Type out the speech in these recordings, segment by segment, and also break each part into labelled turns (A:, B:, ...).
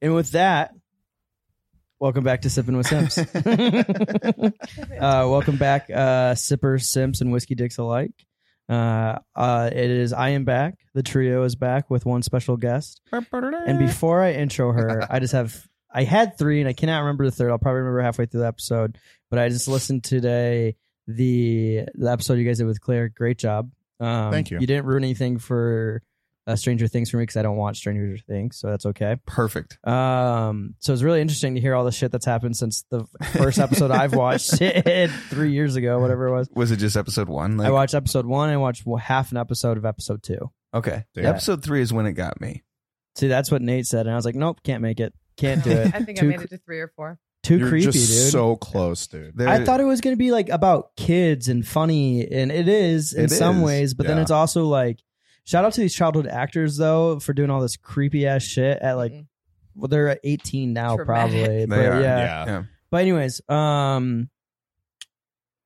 A: And with that, welcome back to Sipping with Simps. uh, welcome back, uh, Sippers, Simps, and Whiskey Dicks alike. Uh, uh, it is I am back. The trio is back with one special guest. And
B: Uh-huh.
A: before I intro her, I just have I had three, and I cannot remember the third. I'll probably remember halfway through the episode. But I just listened today the the episode you guys did with Claire. Great job. Um,
B: Thank you.
A: You didn't ruin anything for uh, Stranger Things for me because I don't watch Stranger Things, so that's okay.
B: Perfect.
A: Um, so it's really interesting to hear all the shit that's happened since the first episode I've watched it three years ago, whatever it was.
B: Was it just episode one?
A: I watched episode one. I watched well, half an episode of episode two.
B: Okay.
C: Yeah.
B: Episode three is when it got me.
A: See, that's what Nate said, and I was like, nope, can't make it, can't do
C: No,
A: it.
D: I think
A: Too
D: I made
A: cr-
D: it to three or four.
A: Too
C: You're
A: creepy, dude.
C: just so close, dude.
B: There-
A: I thought it was going to be like about kids and funny, and it is in
B: It
A: some
B: is,
A: ways, but then
C: yeah.
A: it's also like, shout out to these childhood actors though for doing all this creepy ass shit at like,
D: Mm-mm.
A: well, they're at 18 now
D: Traumatic.
A: probably,
D: They
A: but
B: are,
A: yeah.
C: yeah.
A: But anyways, um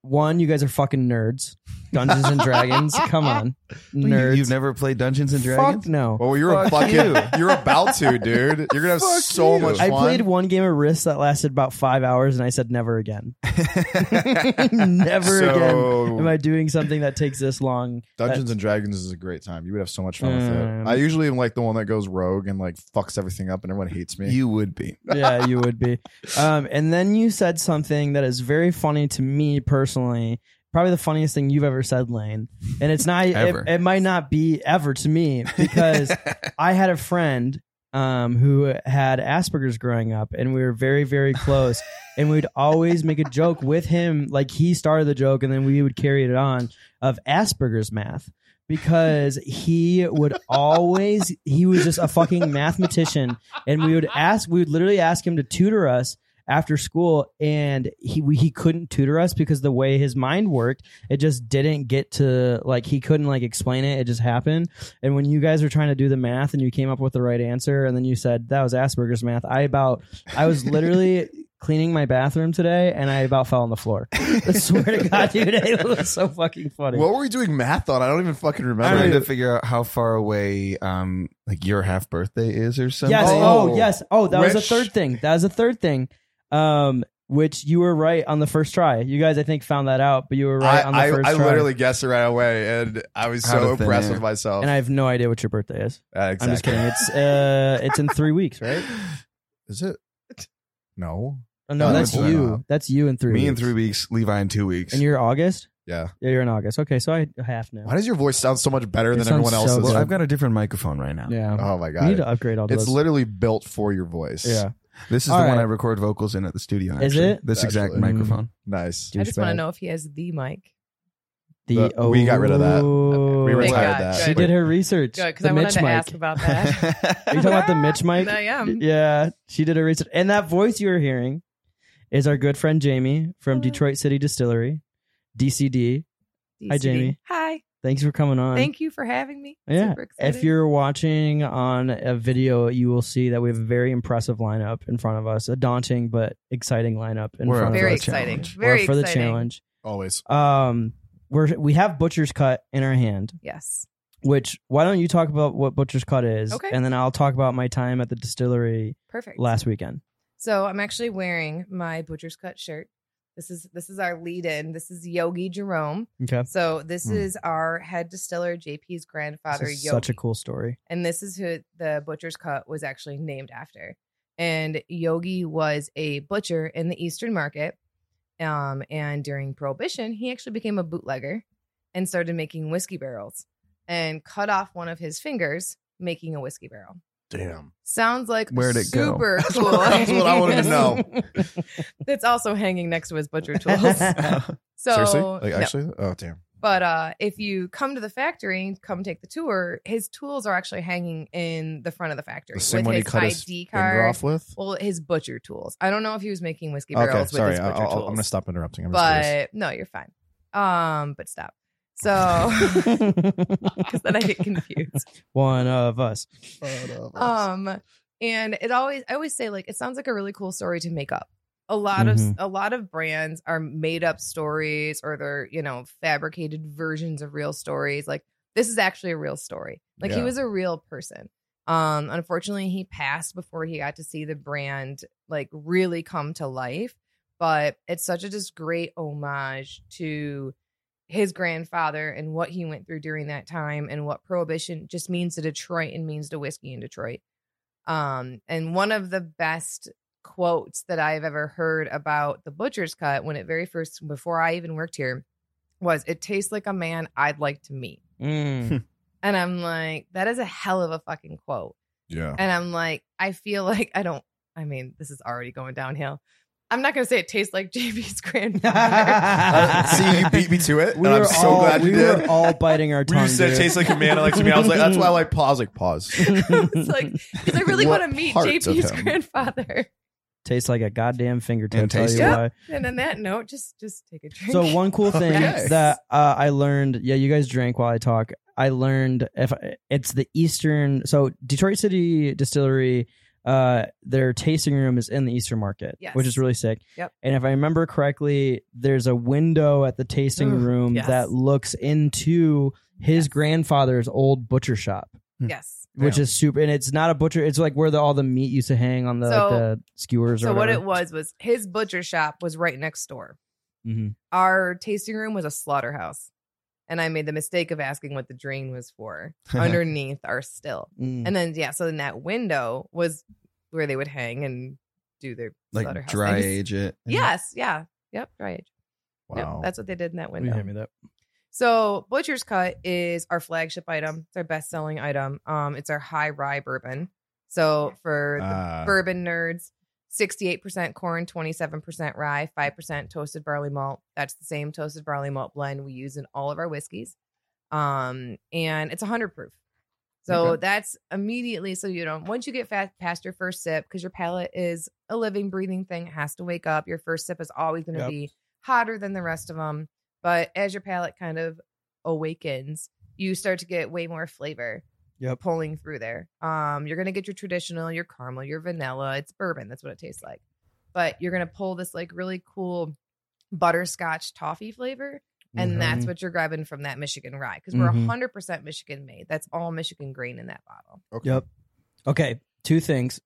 A: one, you guys are fucking nerds. Dungeons and Dragons. Come on. Nerds.
B: You, have never played Dungeons and Dragons?
A: Fuck no.
C: Well, you're a
B: Fuck
C: fucking. You. are about to, dude. You're gonna have
B: Fuck
C: so
B: you.
C: much
A: I
C: fun.
A: played one game of Risk that lasted about five hours and I said never again. never again
C: so,
A: am I doing something that takes this long.
C: Dungeons and Dragons is a great time. You would have so much fun with
A: Um,
C: it. I ually am like the one that goes rogue and like fucks everything up, and everyone hates me.
B: you would be.
A: yeah, you would be. Um, and then you said something that is very funny to me personally. Probably the funniest thing you've ever said, Lane. And it's not. It,
B: Ever.
A: it might not be ever to me because I had a friend um, who had Asperger's growing up, and we were very, very close. and we'd always make a joke with him, like he started the joke, and then we would carry it on of Asperger's math because he would always he was just a fucking mathematician and we would ask we would literally ask him to tutor us after school and he we, he couldn't tutor us because the way his mind worked it just didn't get to like he couldn't like explain it it just happened and when you guys were trying to do the math and you came up with the right answer and then you said that was asperger's math i about i was literally cleaning my bathroom today and i about fell on the floor i swear to god dude it was so fucking funny
C: what were we doing math on? I don't even fucking
B: I'm
C: remember.
B: trying to figure out how far away, um, like your half birthday is or something.
A: Yes.
C: Oh.
A: Oh, yes. Oh, that was
C: Rich.
A: the third thing. That was the third thing. Um, which you were right on the first try. You guys, I think, found that out, but you were right on the
C: I,
A: first
C: I, I
A: try.
C: literally guessed it right away, and I was
B: Out
C: so
B: of thin
C: impressed
B: air.
C: with myself.
A: and I have no idea what your birthday is.
C: Uh,
A: I'm just kidding. It's uh, it's in three weeks, right?
C: Is it? No.
A: Oh, no,
C: No,
A: that's
B: it's not.
A: you. That's you in three.
B: Me
A: weeks.
B: in three weeks, Levi in two weeks.
A: And you're August.
C: Yeah.
A: Yeah, you're in August. Okay, so I half now.
C: Why does your voice sound so much better
A: It
C: than everyone
A: sounds so
C: else's?
B: well, I've got a different microphone right now.
A: Yeah,
C: oh my
A: we need
C: god.
A: to upgrade all
C: It's
A: those.
C: literally built for your voice.
A: yeah,
B: This is
A: All
B: the one
A: right.
B: I record vocals in at the studio.
A: Is
B: actually.
A: it?
B: this exact
C: Actually.
B: microphone?
C: Nice.
D: I just want
A: Douchebag.
D: to know if he has the mic.
A: the, Oh.
C: The- we got rid of that. We
D: Thank
C: retired
D: God.
C: that.
A: She did her research.
D: Good, because
A: The
D: I wanted
A: Mitch
D: to
A: mic.
D: ask about that.
A: Are you talking about the Mitch mic?
D: I am.
A: Yeah, she did her research. And that voice you were hearing is our good friend Jamie from
D: Hello.
A: Detroit City Distillery, DCD. Hi,
D: DCD.
A: Jamie.
D: Hi.
A: Thanks for coming on.
D: Thank you for having me.
A: Yeah.
D: Super excited.
A: If you're watching on a video, you will see that we have a very impressive lineup in front of us, a daunting but exciting lineup in
B: We're
A: front
B: up
A: of
D: very
B: for
A: us.
B: the
D: exciting,
B: challenge.
A: We're
D: very
A: up for the
D: exciting.
A: challenge.
C: Always.
A: Um, we're we have Butcher's Cut in our hand,
D: Yes.
A: which why don't you talk about what Butcher's Cut is,
D: Okay.
A: and then I'll talk about my time at the distillery
D: Perfect.
A: last weekend.
D: So I'm actually wearing my butcher's cut shirt. This is this is our lead in. This is Yogi Jerome.
A: Okay,
D: So this
B: Hmm.
D: is our head distiller, JP's grandfather,
A: This is
D: Yogi.
A: such a cool story.
D: and this is who the butcher's cut was actually named after. And Yogi was a butcher in the Eastern Market, um, and during Prohibition, he actually became a bootlegger and started making whiskey barrels and cut off one of his fingers making a whiskey barrel.
C: Damn.
D: Sounds like
B: Where'd it go?
D: super cool.
C: That's what I wanted to know.
D: That's also hanging next to his butcher tools. So
C: Seriously? Like
D: no.
C: actually? Oh damn.
D: But uh, if you come to the factory and come take the tour, his tools are actually hanging in the front of the factory
C: The same
D: with
C: one he
D: his
C: cut his
D: ID
C: finger
D: card.
C: off with.
D: Well, his butcher tools. I don't know if he was making whiskey
C: Okay,
D: barrels with
C: sorry.
D: his
C: I,
D: butcher
C: I'll,
D: tools.
C: I'm gonna stop interrupting. I'm just curious.
D: But no, you're fine. Um, but stop. So, because then I get confused.
A: One of us.
D: Um, and it always, I always say like it sounds like a really cool story to make up. A lot
A: Mhm.
D: of
C: Mm-hmm.
D: a lot of brands are made up stories or they're you know fabricated versions of real stories. Like this is actually a real story. Like
C: Yeah.
D: he was a real person. Um, unfortunately, he passed before he got to see the brand like really come to life. But it's such a just great homage to his grandfather and what he went through during that time and what prohibition just means to Detroit and means to whiskey in Detroit. Um, and one of the best quotes that I've ever heard about the butcher's cut when it very first, before I even worked here, was it tastes like a man I'd like to meet.
A: Mm.
D: And I'm like, that is a hell of a fucking quote.
C: Yeah.
D: And I'm like, I feel like I don't, I mean, this is already going downhill. I'm not going to say it tastes like JB's grandfather.
C: Uh, see, you beat me to it.
A: we
C: and
A: were
C: I'm so
A: all
C: glad
A: we
C: you did.
A: were all biting our
C: When
A: tongue.
C: you said
A: dude.
C: tastes like a man, I like to me. I was like, that's why I like pause. Like pause.
D: I was like, because I really
C: What
D: want to meet
C: parts of
D: JP's
C: him?
D: grandfather.
A: Tastes like a goddamn fingertip.
B: And
A: tell
B: tastes-
A: you
D: Yeah.
A: why.
D: And on that note, just just take a drink.
A: So one cool thing
C: Okay.
A: that uh, I learned. Yeah, you guys drank while I talk. I learned if it's the Eastern. So Detroit City Distillery. Uh, their tasting room is in the Eastern Market,
D: Yes.
A: which is really sick.
D: Yep.
A: And if I remember correctly, there's a window at the tasting
D: Ugh,
A: room
D: yes.
A: that looks into his
D: Yes.
A: grandfather's old butcher shop.
C: Hmm.
D: yes.
A: which is super and it's not a butcher it's like where the, all the meat used to hang on the,
D: So-
A: like the skewers
D: So
A: or
D: what
A: whatever.
D: it was was his butcher shop was right next door.
A: Mhm.
D: Our tasting room was a slaughterhouse, and I made the mistake of asking what the drain was for underneath our still.
B: Mm-hmm.
A: Mm.
D: And then yeah, so then that window was where they would hang and do their
B: like
D: slaughterhouse
B: dry
D: things.
B: age it.
D: Yes, yeah, yep, dry age. Yep,
C: Wow.
D: that's what they did in that
A: Will you
D: window.
A: hand me that
D: So Butcher's Cut is our flagship item. It's our best selling item. Um, it's our high rye bourbon. So for the
C: Ah.
D: bourbon nerds, 68% corn, 27% rye, 5% toasted barley malt. That's the same toasted barley malt blend we use in all of our whiskeys. Um, and it's 100 proof. So that's immediately so you don't once you get fast past your first sip because your palate is a living breathing thing it has to wake up. Your first sip is always going to
A: Yep.
D: be hotter than the rest of them, but as your palate kind of awakens, you start to get way more flavor
A: Yep.
D: pulling through there. Um, you're gonna get your traditional, your caramel, your vanilla. It's bourbon. That's what it tastes like. But you're gonna pull this like really cool butterscotch toffee flavor, and
A: Mhm.
D: that's what you're grabbing from that Michigan rye because we're
A: Mhm.
D: 100 percent Michigan made. That's all Michigan grain in that bottle.
C: Okay.
A: yep okay two things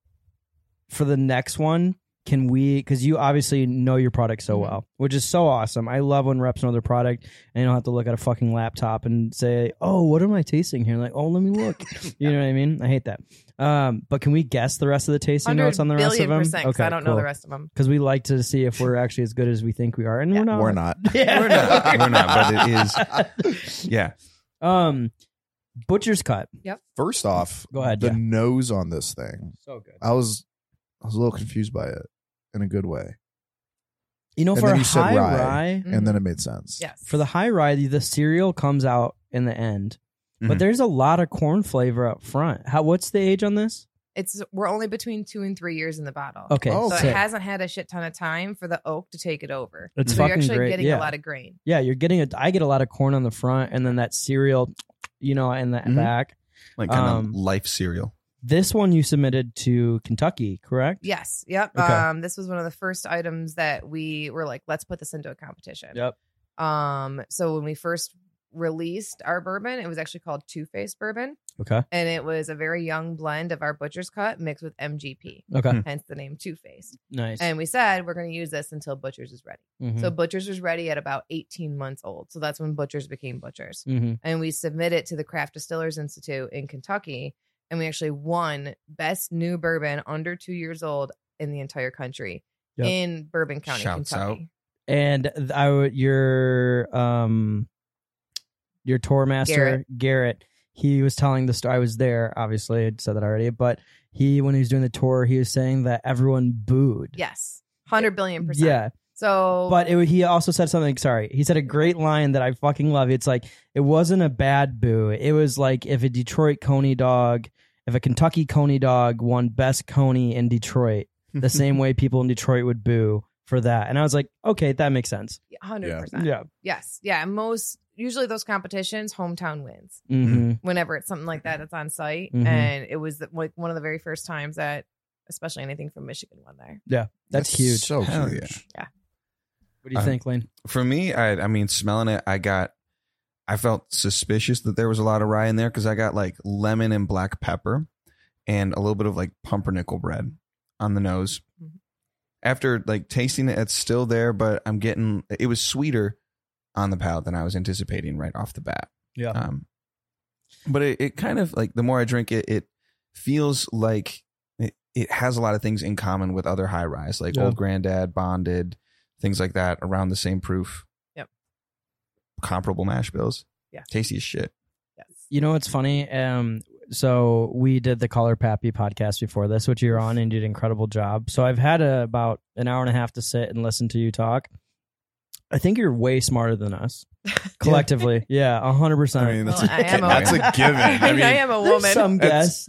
A: for the next one can we because you obviously know your product so
D: Mhm.
A: well which is so awesome i love when reps know their product and you don't have to look at a fucking laptop and say oh what am i tasting here like oh let me look you know what i mean i hate that um but can we guess the rest of the tasting notes on the rest of them
D: percent because I don't know the rest of them.
A: because we like to see if we're actually as good as we think we are and
D: Yeah.
A: we're not
C: We're not.
A: Yeah.
B: We're not. We're not, but
A: it is.
B: Yeah.
A: Um, butcher's cut.
C: First off,
A: Go ahead,
C: The
A: yeah.
C: nose on this thing,
A: So good.
C: I was, I was a little confused by it in a good way,
A: You know,
C: And
A: for
C: then
A: a
C: you said
A: high
C: rye.
A: rye,
D: Mhm.
C: and then it made sense.
D: Yes,
A: for the high rye, the, the cereal comes out in the end, but
B: Mhm.
A: there's a lot of corn flavor up front. How? What's the age on this?
D: it's we're only between two and three years in the bottle.
A: Okay,
C: Oh,
D: so
A: sick.
D: it hasn't had a shit ton of time for the oak to take it over.
A: It's
D: so you're
A: fucking
D: actually
A: great,
D: getting
A: yeah.
D: a lot of grain.
A: yeah, you're getting a. I get a lot of corn on the front, and then that cereal, you know, in the
B: Mhm.
A: back.
B: like kind
A: um,
B: of life cereal.
A: This one you submitted to Kentucky, correct?
D: Yes. Yep.
A: Okay.
D: Um, this was one of the first items that we were like, let's put this into a competition.
A: Yep.
D: Um, so when we first released our bourbon, it was actually called Two Face Bourbon,
A: Okay.
D: and it was a very young blend of our butcher's cut mixed with MGP,
A: Okay.
B: Hmm.
D: hence the name Two Face.
A: Mm-hmm. Nice.
D: And we said we're going to use this until Butchers is ready.
A: Mhm.
D: So Butchers was ready at about 18 months old. So that's when Butchers became Butchers.
A: Mhm.
D: and we submit it to the Craft Distillers Institute in Kentucky. And we actually won best new bourbon under two years old in the entire country
A: Yep.
D: in Bourbon County,
B: Shouts
D: Kentucky.
A: and th- I would your um your tour master Garrett.
D: Garrett.
A: he was telling the story. I was there, obviously. I said that already, but he when he was doing the tour, he was saying that everyone booed.
D: Yes, hundred billion percent.
A: Yeah,
D: So,
A: but it, would- he also said something. Sorry, he said a great line that I fucking love. It's like it wasn't a bad boo. It was like if a Detroit coney dog, if a Kentucky coney dog won best coney in Detroit, the same way people in Detroit would boo for that. And I was like, okay, that makes sense.
D: hundred percent.
A: Yeah.
D: Yes, yeah. Most usually those competitions, hometown wins.
A: hmm
D: Whenever it's something like that, it's on site,
A: Mhm.
D: and it was the- like one of the very first times that, especially anything from Michigan, won there.
A: That's, huge.
C: So
B: Hell
C: huge.
B: yeah.
A: What do you
B: Um,
A: think, Lane?
B: For me, I I mean, smelling it, I got I felt suspicious that there was a lot of rye in there because I got like lemon and black pepper and a little bit of like pumpernickel bread on the nose.
A: Mm-hmm.
D: Mhm.
B: After like tasting it, it's still there, but I'm getting it was sweeter on the palate than I was anticipating right off the bat.
A: Yeah.
C: Uh,
B: Um, but it, it kind of like the more I drink it, it feels like it, it has a lot of things in common with other high rise, like
A: Yeah.
B: Old Granddad, Bonded, things like that, around the same proof.
D: Yep.
B: Comparable mash bills.
D: Yeah.
B: Tasty as shit.
D: Yes.
A: You know what's funny? Um, so we did the Caller Pappy podcast before this, which you're on and you did an incredible job. So I've had uh about an hour and a half to sit and listen to you talk. I think you're way smarter than us collectively. yeah, hundred percent.
C: I mean, that's,
D: Well, I
C: a,
D: am a
C: that's a
D: woman.
C: given.
D: I,
C: I mean,
D: am a woman.
A: some
C: It's-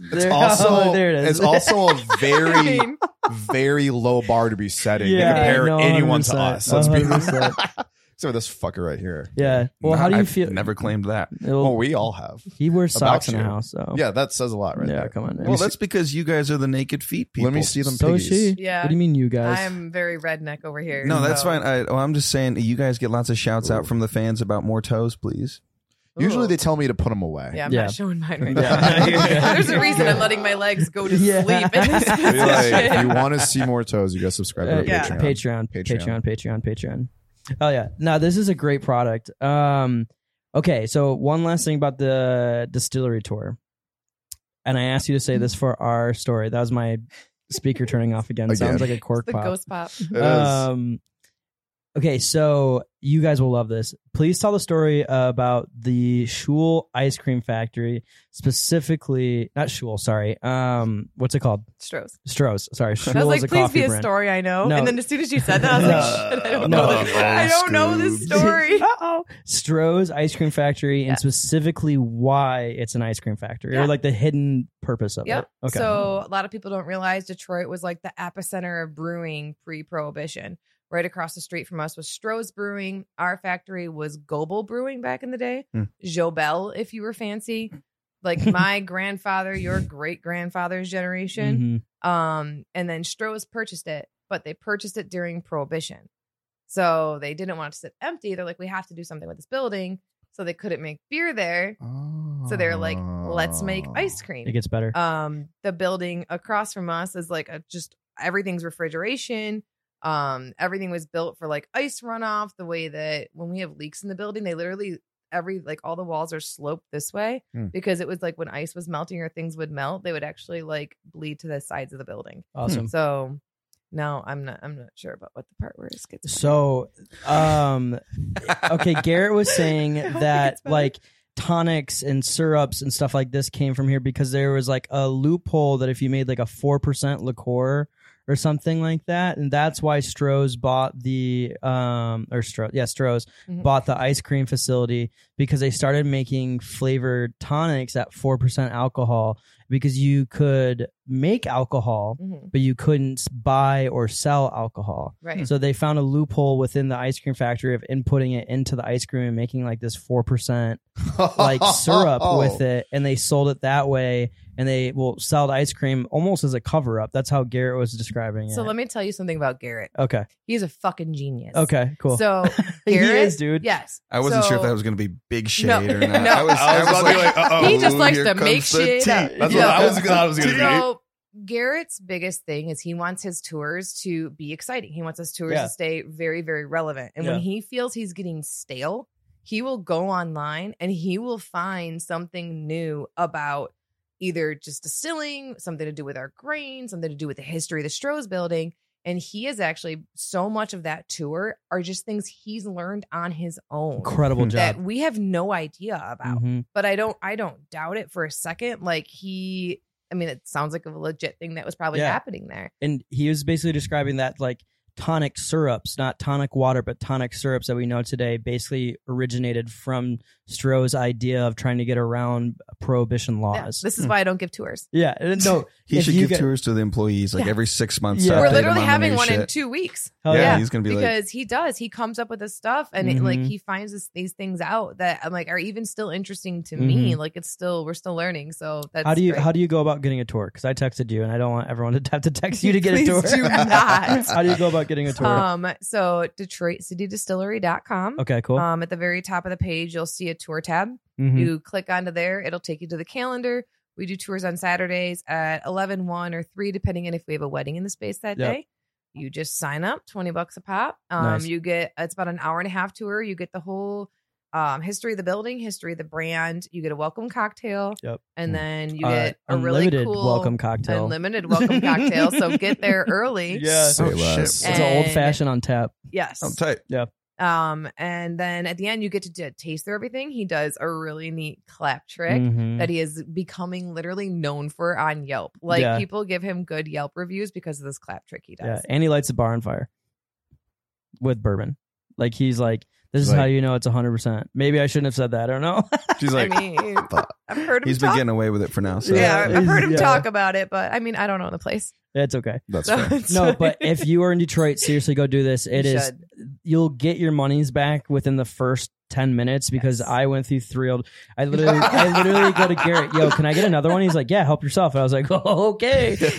A: guess.
C: it's
A: There-
C: also
A: oh, there it is.
C: It's also a
D: I
C: very
D: mean,
C: very low bar to be setting
A: Yeah,
C: to compare
A: no,
C: anyone to
A: 100%,
C: us. Let's be
A: 100%.
C: honest. Except for this fucker right here.
A: yeah. Well, how do you
B: I've
A: feel?
B: Never claimed that.
A: It'll-
C: Oh, we all have.
A: he wears
C: about
A: socks in the
C: you.
A: house, so
C: Yeah, that says a lot right
A: Oh. yeah.
C: there.
A: Come on,
B: Well, that's because you guys are the naked feet people.
C: Let me see them
A: so is
C: piggies.
A: she.
D: Yeah.
A: What do you mean, you guys?
D: I'm very redneck over here.
B: No, that's
D: so-
B: fine. I, well, I'm just saying, you guys get lots of shouts out
C: Ooh.
B: from the fans about more toes, please.
C: Usually
D: Ooh.
C: they tell me to put them away.
D: Yeah, I'm
A: Yeah.
D: not showing mine right
A: Yeah.
D: now.
A: Yeah.
D: There's a reason I'm letting my legs go to
A: Yeah.
D: sleep in this
A: Be
C: Be like,
D: position.
C: if you want to see more toes, you got to subscribe to
A: Uh,
C: our
A: yeah.
C: Patreon.
A: Patreon, Patreon,
C: Patreon.
A: Patreon, Patreon. Oh yeah, no, this is a great product. Um, okay, so one last thing about the distillery tour, and I asked you to say this for our story. That was my speaker turning off again.
C: Again.
A: Sounds like a cork
D: the
A: pop.
D: ghost pop.
C: It
B: Uh,
C: is.
A: Um, okay, so you guys will love this. Please tell the story about the Shul ice cream factory, specifically not Shul. Sorry, um, what's it called?
D: Strohs.
A: Stroh's. Sorry, Shul
D: I was
A: is
D: like,
A: a
D: please
A: coffee
D: be a
A: brand.
D: story I know.
A: No.
D: And then as soon as you said that, I was
A: No.
D: like, shit, I don't
A: No.
D: know. This. I don't know this
C: Scoob.
D: story.
A: uh oh. Stroh's ice cream factory
D: Yeah.
A: and specifically why it's an ice cream factory
D: Yeah.
A: or like the hidden purpose of
D: Yep.
A: it. Okay.
D: So a lot of people don't realize Detroit was like the epicenter of brewing pre-prohibition. Right across the street from us was Stroh's Brewing. Our factory was Gobel Brewing back in the day.
B: Hmm.
D: Jobel, if you were fancy. Like my grandfather, your great grandfather's generation.
A: Mhm.
D: Um, and then Stroh's purchased it, but they purchased it during Prohibition. So they didn't want it to sit empty. They're like, we have to do something with this building. So they couldn't make beer there.
C: Oh.
D: So they're like, let's make ice
A: it
D: cream.
A: gets better.
D: Um, the building across from us is like a, just everything's refrigeration. Um, everything was built for like ice runoff. The way that when we have leaks in the building, they literally every like all the walls are sloped this way
C: Hmm.
D: because it was like when ice was melting or things would melt, they would actually like bleed to the sides of the building.
A: awesome.
D: So no, I'm not. I'm not sure about what the part where it's gets.
A: So, um, okay, Garrett was saying
D: I hope it
A: that
D: gets better.
A: like tonics and syrups and stuff like this came from here because there was like a loophole that if you made like a 4% liqueur or something like that and that's why Stroh's bought the um or Stroh yeah Stroh's
D: Mhm.
A: bought the ice cream facility because they started making flavored tonics at 4% alcohol because you could make alcohol
D: Mhm,
A: but you couldn't buy or sell alcohol
D: right.
A: so they found a loophole within the ice cream factory of inputting it into the ice cream and making like this four percent like syrup
C: Oh.
A: with it, and they sold it that way. And they will sell the ice cream almost as a cover up. That's how Garrett was describing it.
D: So let me tell you something about Garrett.
A: okay,
D: He's a fucking genius.
A: okay, cool.
D: So
A: he
D: Garrett,
A: is, dude.
D: yes,
B: I wasn't sure if
D: So-
B: that was going to be big shade
D: No.
B: or not.
D: No.
B: I was,
D: I was
B: like,
D: about to be
B: uh-oh,
D: he just likes
B: here
D: to
B: comes
D: make
B: the
D: shit
B: tea.
D: up.
C: That's
D: Yeah.
C: what I was thought it was gonna be.
D: So Garrett's biggest thing is he wants his tours to be exciting. He wants his tours
A: Yeah.
D: to stay very, very relevant. And
A: Yeah.
D: when he feels he's getting stale, he will go online and he will find something new about either just distilling, something to do with our grain, something to do with the history of the Stroh's building. And he is actually so much of that tour are just things he's learned on his own
A: Incredible
D: that
A: job.
D: we have no idea about
A: Mhm.
D: but I don't I don't doubt it for a second. Like he I mean it sounds like a legit thing that was probably
A: Yeah.
D: happening there.
A: And he was basically describing that like tonic syrups, not tonic water, but tonic syrups that we know today, basically originated from Stroh's idea of trying to get around prohibition
D: Yeah,
A: laws.
D: This is why I don't give tours.
A: Yeah, no,
B: He
A: If
B: should
A: you
B: give
A: get-
B: tours to the employees like
D: Yeah.
B: every six months.
A: Yeah.
B: Yeah.
A: We're
D: We're literally having one
B: shit.
D: in 2 weeks
A: hell
B: yeah,
A: yeah.
B: he's going to be like,
D: because he does. He comes up with this stuff and it, like
A: Mhm.
D: he finds this, these things out that I'm like are even still interesting to me. Like it's still we're still learning. So that's
A: Mm-hmm. how do you
D: great.
A: how do you go about getting a tour? Because I texted you, and I don't want everyone to have to text you to get a
D: Please
A: tour.
D: do not.
A: how do you go about getting a tour?
D: um so detroitcitydistillery.com
A: okay, cool.
D: um at the very top of the page you'll see a tour tab.
A: Mhm.
D: um, You click onto there, it'll take you to the calendar. We do tours on Saturdays at 11, 1 or 3, depending on if we have a wedding in the space that
A: Yep.
D: day. You just sign up, 20 bucks a pop. Um,
A: Nice.
D: You get, it's about an hour and a half tour. You get the whole um, history of the building, history of the brand. You get a welcome cocktail.
A: Yep.
D: And then you
A: Uh,
D: get a really
A: unlimited
D: cool
A: welcome cocktail.
D: unlimited welcome cocktail. So get there early.
A: Yeah.
C: Say
B: Oh,
C: less.
A: It's
B: shit.
D: And-
A: an old fashioned on tap.
D: Yes.
B: I'm "Oh, tight.
D: Um, and then at the end, you get to d- taste their everything. He does a really neat clap trick.
A: Mhm.
D: that he is becoming literally known for on Yelp. Like
A: Yeah.
D: people give him good Yelp reviews because of this clap trick he
A: Yeah,
D: does.
A: and he lights a bar on fire with bourbon. Like he's like, this is
C: Like-
A: how you know it's hundred percent. Maybe I shouldn't have said that. I don't know.
B: She's like,
D: I mean,
B: fuck.
D: I've heard him
B: he's been
D: talk.
B: getting away with it for now. So.
D: yeah,
A: Yeah,
D: I've heard him
A: yeah.
D: talk about it, but I mean, I don't own the place.
A: That's okay.
C: That's
D: So
C: fair.
D: it's-
A: No, but if you are in Detroit, seriously, go do this. It
D: You
A: is
D: should.
A: you'll get your monies back within the first ten minutes because
D: Yes.
A: I went through three old. I literally, I literally go to Garrett. Yo, can I get another one? He's like, yeah, help yourself. And I was like, oh, okay. Here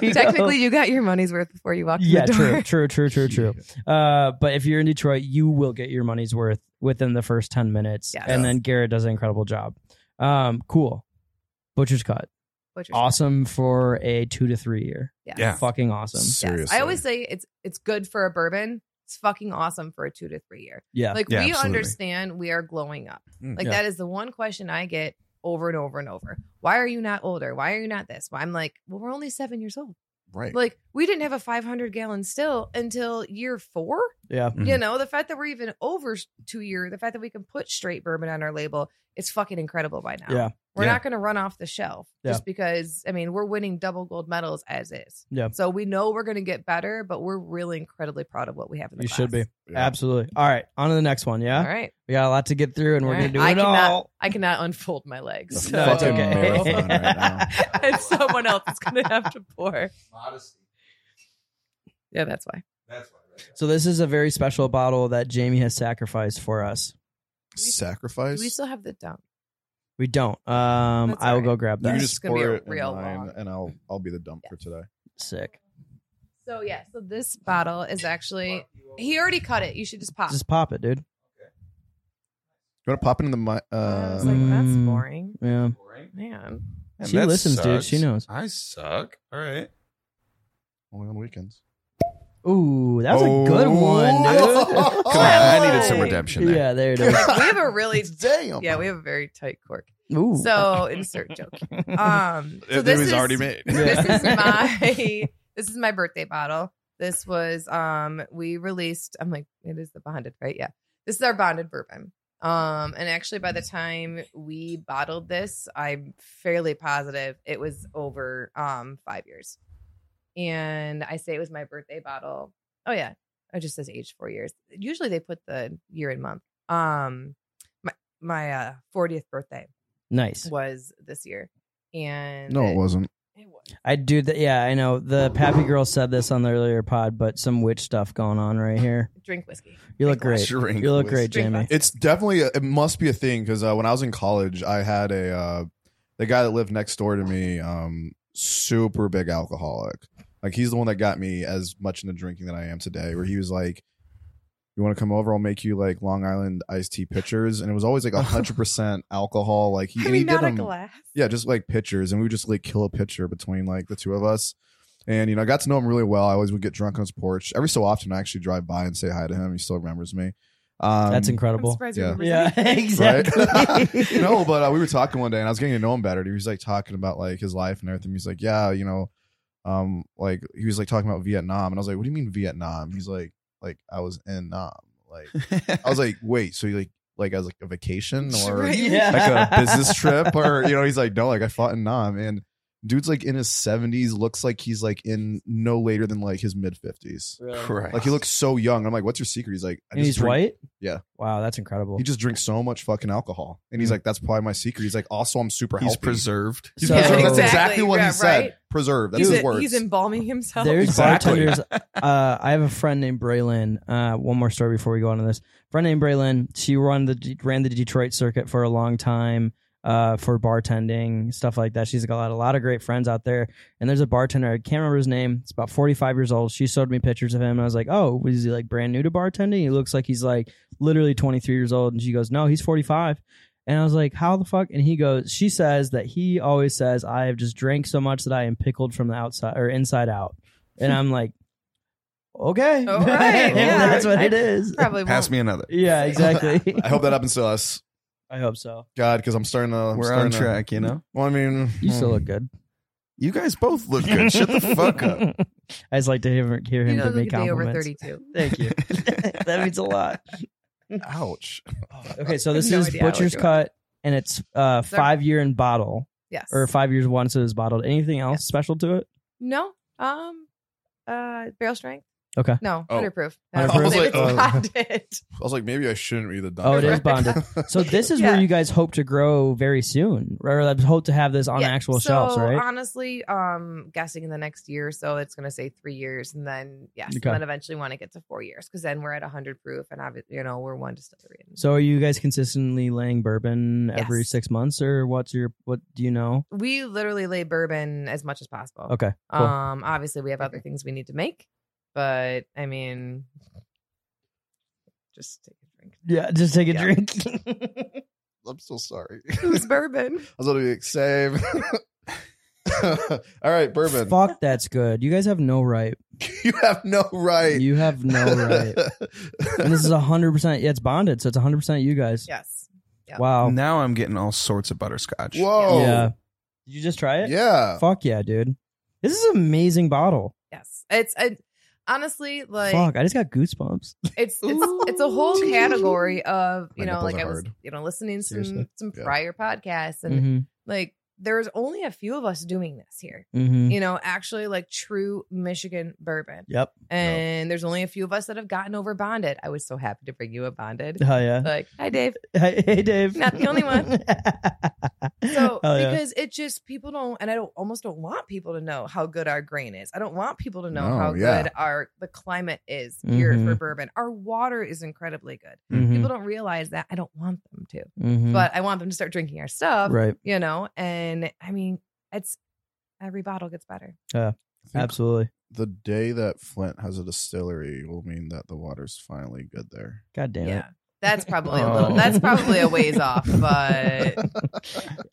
A: we go.
D: Technically, you got your money's worth before you walked in
A: Yeah,
D: the door.
A: true, true, true, true, true. Uh, but if you're in Detroit, you will get your money's worth within the first ten minutes,
D: Yes.
A: and then Garrett does an incredible job. Um, cool, Butcher's Cut,
D: Which was-
A: awesome for a two to three year,
D: Yes.
B: Yeah.
A: fucking awesome.
D: Yes.
C: Seriously.
D: I always say it's it's good for a bourbon. It's fucking awesome for a two to three year.
A: Yeah,
D: Like
B: Yeah,
D: we
B: absolutely.
D: understand we are glowing up.
C: Mm.
D: Like
A: Yeah.
D: that is the one question I get over and over and over. Why are you not older? Why are you not this? Why I'm like, well, we're only seven years old.
C: right.
D: Like we didn't have a 500 gallon still until year 4
A: yeah,
C: Mm-hmm.
D: You know, the fact that we're even over two year, the fact that we can put straight bourbon on our label, it's fucking incredible by now.
A: Yeah.
D: We're
B: Yeah.
D: not going to run off the shelf just because, I mean, we're winning double gold medals as is.
A: Yeah.
D: So we know we're going to get better, but we're really incredibly proud of what we have in the
A: you
D: class.
A: should be
C: Yeah.
A: absolutely. All right, on to the next one. Yeah,
D: All right.
A: we got a lot to get through, and we're
D: All
A: gonna
D: right.
A: do
D: I
A: it
D: cannot,
A: all.
D: I cannot unfold my legs.
C: No,
A: it's
C: Fucking
A: okay.
C: marathon right
D: and someone else is going to have to pour.
B: Modesty.
D: Yeah, that's why.
B: That's why.
A: so this is a very special bottle that Jamie has sacrificed for us.
D: Do
C: Sacrifice.
D: we still have the dump?
A: We don't. Um,
D: That's
A: I will
D: all right.
A: go grab
C: you
A: that.
C: can
D: This
C: just
D: is gonna be
C: pour
D: a
C: it in
D: real
C: mine,
D: long-
C: and I'll I'll be the dump for today.
A: Sick.
D: So yeah, so this bottle is actually he already cut it. You should just pop.
A: Just pop it, dude.
C: You want to pop into the mi-
D: I
C: uh,
D: was like, that's
A: Mm.
D: boring,
A: Yeah.
D: man.
B: Man,
A: She
B: that
A: listens, dude.
B: sucks.
A: She knows.
B: I suck. All right.
C: only on weekends.
A: Ooh, that was a good one,
C: Oh.
A: dude.
B: Come on, I needed some
D: Hey.
B: redemption there.
A: yeah, there it is.
D: Like, we have a really
C: damn.
D: yeah, we have a very tight cork.
A: Ooh.
D: So insert joke. Um, so
B: it
D: this
B: was
D: is,
B: already made.
D: This is
A: Yeah.
D: my this is my birthday bottle. This was um we released. I'm like it is the bonded right? Yeah, this is our bonded bourbon. Um, and actually by the time we bottled this, I'm fairly positive it was over um five years. And I say it was my birthday bottle. Oh yeah, it just says age four years. Usually they put the year and month. Um, my my uh 40th birthday
A: nice.
D: was this year, and
C: No, it wasn't.
D: It was.
A: I do that. Yeah, I know. The Pappy Girl said this on the earlier pod, but some witch stuff going on right here.
D: drink whiskey.
A: You look great.
B: Drink
A: You look
B: whiskey.
A: great,
D: Drink
A: Jamie.
C: It's definitely a, it must be a thing because uh, when I was in college, I had a uh, the guy that lived next door to me, um, super big alcoholic. Like he's the one that got me as much into drinking that I am today. Where he was like, "You want to come over? I'll make you like Long Island iced tea pitchers," and it was always like hundred percent alcohol. Like he,
D: I
C: and he
D: mean,
C: did
D: not a
C: them-
D: glass.
C: yeah, just like pictures, and we would just like kill a picture between like the two of us. And you know, I got to know him really well. I always would get drunk on his porch. Every so often, I actually drive by and say hi to him. He still remembers me. Um,
A: That's
D: I'm
A: incredible.
D: surprised
C: Yeah.
D: you
A: Yeah,
C: right?
A: exactly.
C: no, but uh, we were talking one day, and I was getting to know him better. and He was like talking about like his life and everything. He's like, yeah, you know, um, like he was like talking about Vietnam, and I was like, what do you mean Vietnam? He's like, like I was in Nam. Like I was like, wait, so you like like as like a vacation or
D: Right.
A: Yeah.
C: like a business trip or you know he's like no like i fought in nam and dude's like in his 70s looks like he's like in no later than like his mid 50s
B: Christ.
C: like he looks so young i'm like what's your secret he's like I
A: And he's
C: drink-
A: white?
C: Yeah.
A: Wow, that's incredible.
C: he just drinks so much fucking alcohol and he's like that's probably my secret he's like also i'm super
B: He's
C: healthy
B: preserved.
C: He's
A: So-
C: preserved. that's
D: Exactly,
C: exactly what
D: yeah,
C: he said
D: right.
C: preserved that's
D: he's,
C: his
D: a-
C: words
D: he's embalming himself.
A: There's
C: Exactly.
A: bartenders. Uh, I have a friend named Braylon. Uh, one more story before we go on to this. Friend named Braylon. She run the ran the Detroit circuit for a long time. uh, for bartending stuff like that. She's got a lot of great friends out there, and there's a bartender I can't remember his name. It's about 45 years old. She showed me pictures of him, and I was like, "Oh, is he like brand new to bartending? He looks like he's like literally 23 years old." And she goes, "No, he's 45." And I was like, "How the fuck?" And he goes, "She says that he always says I have just drank so much that I am pickled from the outside or inside out," and I'm like. Okay,
D: All right,
A: If
D: yeah.
A: that's what it is.
D: Probably
B: Pass
D: won't.
B: me another.
A: Yeah, exactly.
C: I hope that happens to us,
A: I hope so.
C: God, because I'm starting to. I'm
B: We're
C: starting
B: on
C: to-
B: track, you know.
C: well, I mean,
A: You still
C: hmm.
A: look good.
B: You guys both look good. Shut the fuck up.
A: I just like to hear, hear
D: You
A: him
D: know,
A: give me
D: look at me over
A: compliments.
D: 32.
A: Thank you. that means a lot.
C: hmm. Ouch.
A: Okay, so this
D: No
A: is
D: idea how
A: Butcher's
D: I do it.
A: Cut, and it's uh,
D: Sorry.
A: five year in bottle
D: Yes.
A: or five years once it is bottled. Anything else
D: Yes.
A: special to it?
D: No. Um. Uh. Barrel strength.
A: Okay.
D: No.
C: Oh.
D: Hundred proof.
A: Hundred
D: That's-
C: proof?
D: It's
C: I was like,
D: bonded.
C: I was like, maybe I shouldn't read the.
A: Oh, it is
C: document.
A: So this is where
D: Yeah.
A: you guys hope to grow very soon, or I hope to have this on
D: Yeah.
A: actual
D: so,
A: shelves, right?
D: Honestly, um, guessing in the next year, or so it's gonna say three years, and then yes,
A: Okay.
D: and then eventually want to get to four years because then we're at hundred proof, and obviously, you know, we're one distillery. And
A: so are you guys consistently laying bourbon every
D: Yes.
A: six months, or what's your what do you know?
D: we literally lay bourbon as much as possible.
A: Okay, cool.
D: Um, obviously, we have other things we need to make, but I mean, just take a drink.
A: yeah, just take a
D: yeah.
A: drink.
C: I'm so sorry.
D: Who's bourbon?
C: I was gonna be like, save. All right, bourbon.
A: Fuck, that's good. You guys have no right.
C: You have no right.
A: You have no right. and this is hundred percent. Yeah, it's bonded, so it's hundred percent you guys.
D: Yes. Yeah.
A: Wow.
B: Now I'm getting all sorts of butterscotch.
C: Whoa.
A: Yeah. Did you just try it?
C: Yeah.
A: Fuck yeah, dude. This is an amazing bottle.
D: Yes. It's a honestly like
A: Fuck, I just got goosebumps.
D: it's it's it's a whole
C: Ooh.
D: category of
C: My
D: you know
C: nipples
D: like
C: are
D: I was
C: hard.
D: you know listening to some
A: Seriously.
D: some
C: Yeah.
D: prior podcasts and
A: hmm
D: like there's only a few of us doing this here.
A: hmm
D: You know, actually like true Michigan bourbon.
A: Yep.
D: And there's only a few of us that have gotten over bonded. I was so happy to bring you a bonded.
A: Hell yeah.
D: Like, hi Dave.
A: Hey, hey, Dave.
D: Not the only one. So
A: Hell Oh, yeah.
D: because it just people don't and I don't almost don't want people to know how good our grain is. I don't want people to know
C: No,
D: how
C: yeah.
D: good our the climate is here for
A: Mhm.
D: bourbon. Our water is incredibly good.
A: Mhm,
D: People don't realize that. I don't want them to.
A: mhm.
D: But um, I want them to start drinking our stuff.
A: right.
D: You know, and I mean it's every bottle gets better.
A: Absolutely.
C: The day that Flint has a distillery will mean that the water's finally good there.
A: God damn
D: yeah.
A: it.
D: That's probably a
B: Oh.
D: little that's probably a ways off, but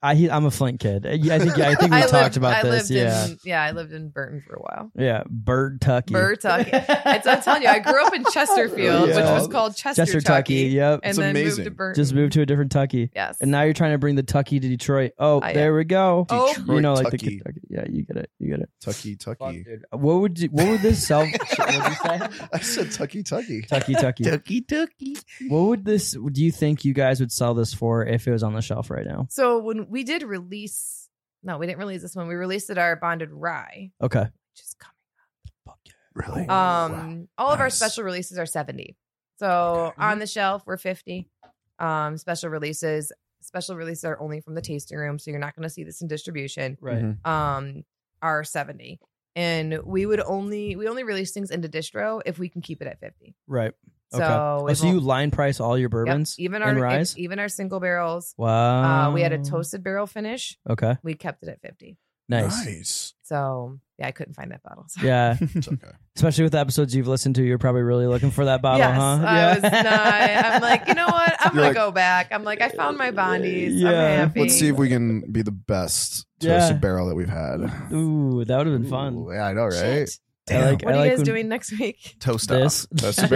A: I he- I'm a Flint kid. I I think I think we
D: I
A: talked
D: lived-
A: about
D: I
A: this.
D: lived
A: Yeah.
D: in yeah, I lived in Burton for a while.
A: yeah. Bird Tucky.
D: Burtucky. It's, I'm telling you, I grew up in Chesterfield, which
A: Oh, Yeah.
D: was called Chester,
A: Chester Tucky. Yep.
D: and
C: It's
D: then moved to
C: amazing.
D: Burton.
A: Just moved to a different Tucky.
D: Yes.
A: And now you're trying to bring the Tucky to Detroit. Oh,
D: I-
A: there we go.
D: Oh.
C: Detroit,
A: you know, like the
C: Tucky,
A: Kentucky. Yeah, you get it. You get it.
C: Tucky, Tucky.
A: What would you, what would this sell? Shit, what'd you say?
C: I said Tucky, Tucky.
A: Tucky Tucky.
B: Ducky, ducky.
A: What would this? Do you think you guys would sell this for if it was on the shelf right now?
D: So when we did release, no, we didn't release this one. We released it our bonded rye,
A: Okay.
D: which is coming.
B: Really?
A: Oh,
D: Um, all of our
B: Nice.
D: special releases are seventy. So on the shelf, we're fifty. Um, special releases. Special releases are only from the tasting room, so you're not going to see this in distribution.
A: Right.
B: Mm-hmm.
C: Mhm.
D: Um, are seventy, and we would only we only release things into distro if we can keep it at fifty.
A: Right.
D: So,
A: Okay.
D: we
A: Oh, so you
D: won't-
A: line price all your
D: yep,
A: bourbons?
D: even
A: and
D: our
A: ryes? Um,
D: even our single barrels.
A: Wow.
D: Uh, we had a toasted barrel finish.
A: Okay.
D: We kept it at fifty.
A: Nice.
C: Nice.
D: So yeah, I couldn't find that bottle. So.
A: Yeah.
C: It's okay.
A: Especially with the episodes you've listened to, you're probably really looking for that bottle,
D: yes,
A: huh?
D: I was not. I'm like, you know what? I'm
C: You're
D: gonna
C: like-
D: go back. I'm like, I found my bondies. I'm
A: Yeah.
D: happy.
C: Let's see if we can be the best
A: Yeah.
C: toasted barrel that we've had.
A: Ooh, that would have been fun.
C: Ooh, yeah, I know,
D: Shit.
C: right?
A: I like, I
D: What are you
A: like
D: guys
A: when-
D: doing next week?
B: Toast
A: This.
C: That's the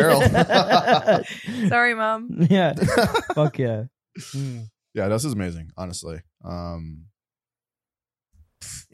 C: barrel.
D: Sorry, mom.
A: yeah. Fuck yeah.
C: Yeah, this is amazing, honestly. Um,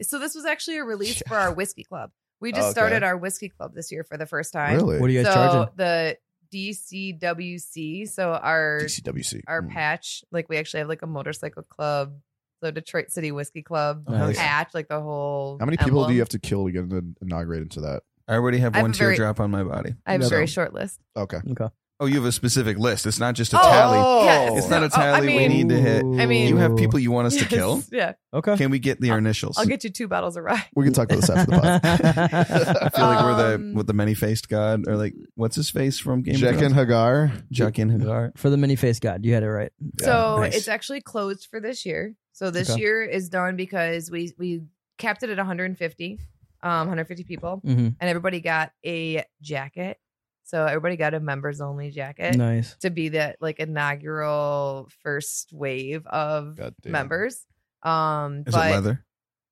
D: So this was actually a release for our whiskey club. We just
C: Okay.
D: started our whiskey club this year for the first time.
C: really?
A: What are you guys
D: So
A: charging?
D: the DCWC, so our
C: DCWC.
D: our
C: Mm.
D: patch, like we actually have like a motorcycle club, so Detroit City Whiskey Club
A: Oh, hell
B: yeah.
D: patch, like the whole.
C: How many people do
D: emblem.
C: you have to kill to get in- inaugurated into that?
B: I already have
D: I have
B: one
D: a very-
B: teardrop on my body.
D: I have a
B: So-
D: very short list.
C: Okay.
A: Okay.
B: Oh, you have a specific list. It's not just a
D: Oh,
B: tally.
D: yes.
B: It's not a
D: Oh, I
B: tally. we
D: mean-
B: need to hit.
D: I mean-
B: You have people you want us to
D: Yes,
B: kill.
D: Yeah,
A: Okay.
B: Can we get their initials?
D: I'll get you two bottles of rye.
C: We can talk about this after the podcast.
B: I feel like we're the
D: Um,
B: with the many faced god, or like what's his face from Game
C: Jack
B: of
C: and
B: Thrones?
C: Hagar.
B: Jack and Hagar.
A: For the mini face god, you had it right.
D: so
B: nice.
D: it's actually closed for this year. So this
B: Okay.
D: year is done because we we capped it at 150, um, 150
B: Mm.
D: people,
A: Mhm.
D: and everybody got a jacket. So everybody got a members only jacket
A: Nice.
D: to be that like inaugural first wave of
C: God damn.
D: members. Um,
B: Is
D: but
B: it leather?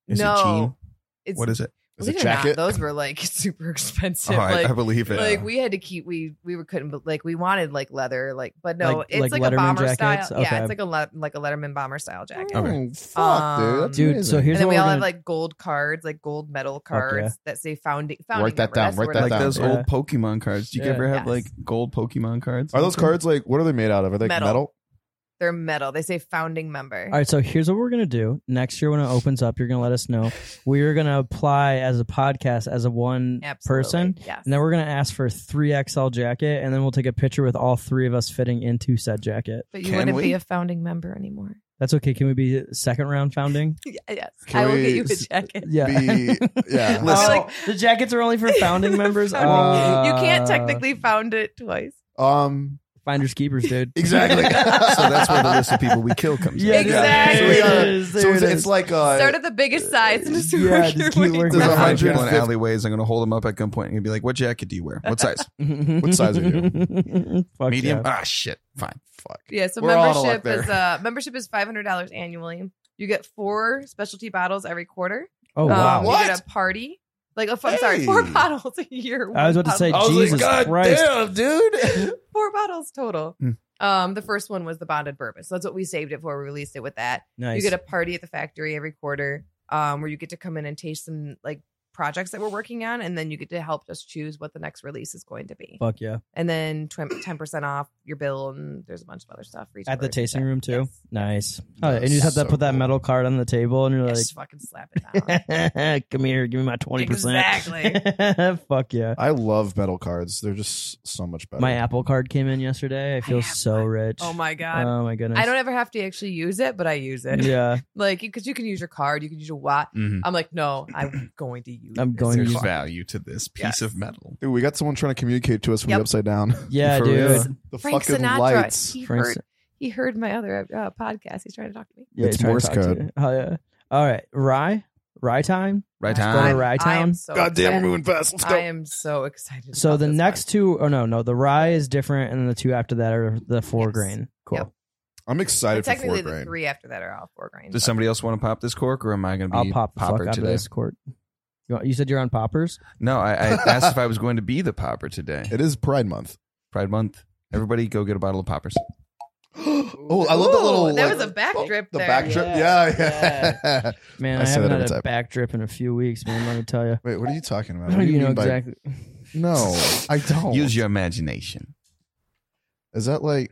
B: Is
D: no,
B: it jean?
D: it's
B: What is it?
C: Is it
D: believe it or not,
C: jacket?
D: those were like super expensive.
B: Oh, I,
D: like,
B: I believe it.
D: like we had to keep we we were couldn't but like we wanted like leather like but no
A: Like-
D: it's
A: like
D: like, a
A: Letterman
D: bomber
A: jackets?
D: style yeah
A: Okay.
D: it's like a le- like a Letterman bomber style jacket.
B: Okay.
C: Oh, fuck,
D: Um,
C: dude. That's
A: Dude, so
C: amazing.
A: here's
D: and then
A: what
D: we
A: we're
D: all have
A: gonna-
D: like gold cards, like gold medal
A: yeah.
D: cards that say founding. founding
C: Write that
D: member.
C: down,
D: That's the
C: write
D: word
C: that
D: I'm
B: like
D: looking
B: those
D: for.
A: Yeah.
B: old Pokemon cards. Do you
A: Yeah.
B: ever have
D: Yes.
B: like gold Pokemon cards?
C: Are those cards like what are they made out of? Are they like
D: Metal.
C: metal?
D: They're metal. They say founding member.
A: All right, so here's what we're gonna do next year when it opens up. You're gonna let us know. We're gonna apply as a podcast as a one
D: Absolutely.
A: person,
D: Yes.
A: and then we're gonna ask for a three XL jacket, and then we'll take a picture with all three of us fitting into said jacket.
D: but you
B: Can
D: wouldn't
B: we?
D: be a founding member anymore.
A: That's okay. Can we be second round founding?
D: yes.
C: Can
D: I will get
C: we
D: you a
C: s-
D: jacket.
A: Yeah.
C: Be- yeah.
A: Oh,
B: Listen.
D: Like-
A: the jackets are only for founding members.
D: Well, you can't
A: Uh,
D: technically found it twice.
C: Um
A: finders keepers, dude.
C: Exactly.
B: so that's where the list of people we kill comes.
A: Yeah,
B: in.
D: Exactly.
A: There
C: Yeah.
A: it is.
C: so
A: There
C: it's,
A: it
C: it's
A: is.
C: like uh
D: Start at the biggest size and just
A: yeah,
D: work
A: just
D: your
A: keep
D: way
A: working
B: There's
D: down.
B: a hundred people in
C: 150.
B: alleyways. I'm gonna hold them up at gunpoint and be like, "What jacket do you wear? What size?
A: what
C: size are
A: you? Mm-hmm. Fuck
B: Medium?
A: yeah.
B: Ah, shit. Fine.
C: fuck.
D: Yeah, so
C: We're all out of
D: membership
C: luck
D: is uh membership is five hundred dollars annually. You get four specialty bottles every quarter.
A: Oh
D: um,
A: wow.
D: You
C: What?
D: get a party. Like a, I'm sorry, four
C: Hey.
D: bottles a year.
A: I was
D: One
A: about to
D: bottle
A: say,
D: a year.
A: Jesus Christ.
C: damn, dude.
D: four bottles total.
B: Hmm.
D: Um, the first one was the bonded bourbon, so that's what we saved it for. We released it with that.
A: Nice.
D: You get a party at the factory every quarter, um, where you get to come in and taste some like projects that we're working on, and then you get to help us choose what the next release is going to be,
A: Fuck yeah.
D: and then ten percent off your bill, and there's a bunch of other stuff for each
A: At the
D: person.
A: tasting room too.
D: Yes.
A: Nice. Oh, and you
C: That's
A: just have to
C: so
A: put that
C: cool.
A: metal card on the table, and you're
D: Yeah,
A: like,
D: just fucking slap it down.
A: "Come here, give me my twenty percent."
D: Exactly.
A: Fuck yeah.
C: I love metal cards. They're just so much better.
A: My Apple card came in yesterday. I feel
D: have
A: so
D: one.
A: rich.
D: oh my god.
A: Oh my goodness.
D: I don't ever have to actually use it, but I use it.
A: Yeah.
D: Like, because you can use your card, you can use your watch. I'm like, no, I'm going to use.
A: I'm going
D: this.
A: to
B: Mm-hmm. There's
A: use-
B: value to this piece
D: Yes.
B: of metal.
C: Dude, we got someone trying to communicate to us from
D: Yep.
C: the upside down.
A: Yeah,
B: For
A: dude.
B: real.
C: the
D: Frank
C: fucking
D: Sinatra.
C: lights.
D: He
A: Frank
D: heard. He heard my other uh, podcast. He's trying to talk to me.
A: Yeah,
C: It's
A: try to
C: Morse
A: talk to
C: code.
A: you. Oh, yeah. All right. Rye. Rye time.
B: Right
A: go to
D: I'm-
B: on.
A: Rye
D: I am
A: Town.
D: so
C: God damn, we're
D: excited.
C: moving fast. Let's
D: I
C: go.
D: am so excited.
A: So
D: about
A: the
D: this
A: next
D: one.
A: two, oh no, no, the rye is different, and the two after that are the four
D: Yes.
A: grain. Cool.
D: Yep.
C: I'm
D: But
C: excited for
D: technically,
C: fourth
D: the
C: grade.
D: three after that are all four grains.
B: Does somebody else want to pop this cork, or am I going to
A: I'll
B: be
A: pop the fuck
B: popper
A: out of
B: today?
A: this court. You, want- you said you're on poppers.
B: No, I, I asked if I was going to be the popper today.
C: It is Pride Month.
B: Pride Month. Everybody, go get a bottle of poppers.
C: oh, I love the
D: Ooh,
C: little.
D: that
C: like, oh,
D: was a back drip
C: The
D: there.
C: back drip.
A: Yeah,
C: Yeah, yeah.
A: Man, I,
C: I say that
A: haven't
C: every
A: had a
C: time.
A: back drip in a few weeks, man. Let me tell you.
C: Wait, what are you talking about?
A: I
C: What do
A: don't
C: you,
A: even know
C: mean by-
A: exactly.
C: No, I
A: Oh.
C: don't.
B: Use your imagination.
C: Is that like?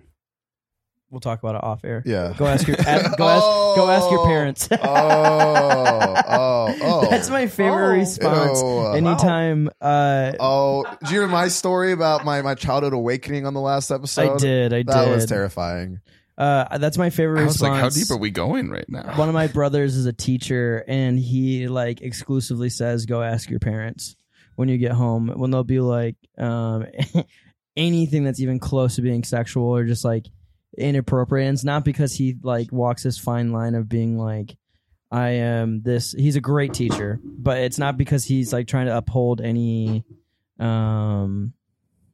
A: We'll talk about it off air.
C: Yeah.
A: Go ask your ask- go ask- go ask your parents.
C: oh, oh, oh.
A: That's my favorite
D: Oh.
A: response.
C: Ew.
A: Anytime uh,
C: Oh, do you hear my story about my my childhood awakening on the last episode?
A: I did, I
C: That
A: did.
C: was terrifying.
A: Uh, that's my favorite
B: I was
A: response.
B: like, how deep are we going right now?
A: One of my brothers is a teacher, and he like exclusively says, "Go ask your parents when you get home." When they'll be like, um, anything that's even close to being sexual or just like inappropriate. And it's not because he like walks this fine line of being like, "I am this." He's a great teacher, but it's not because he's like trying to uphold any um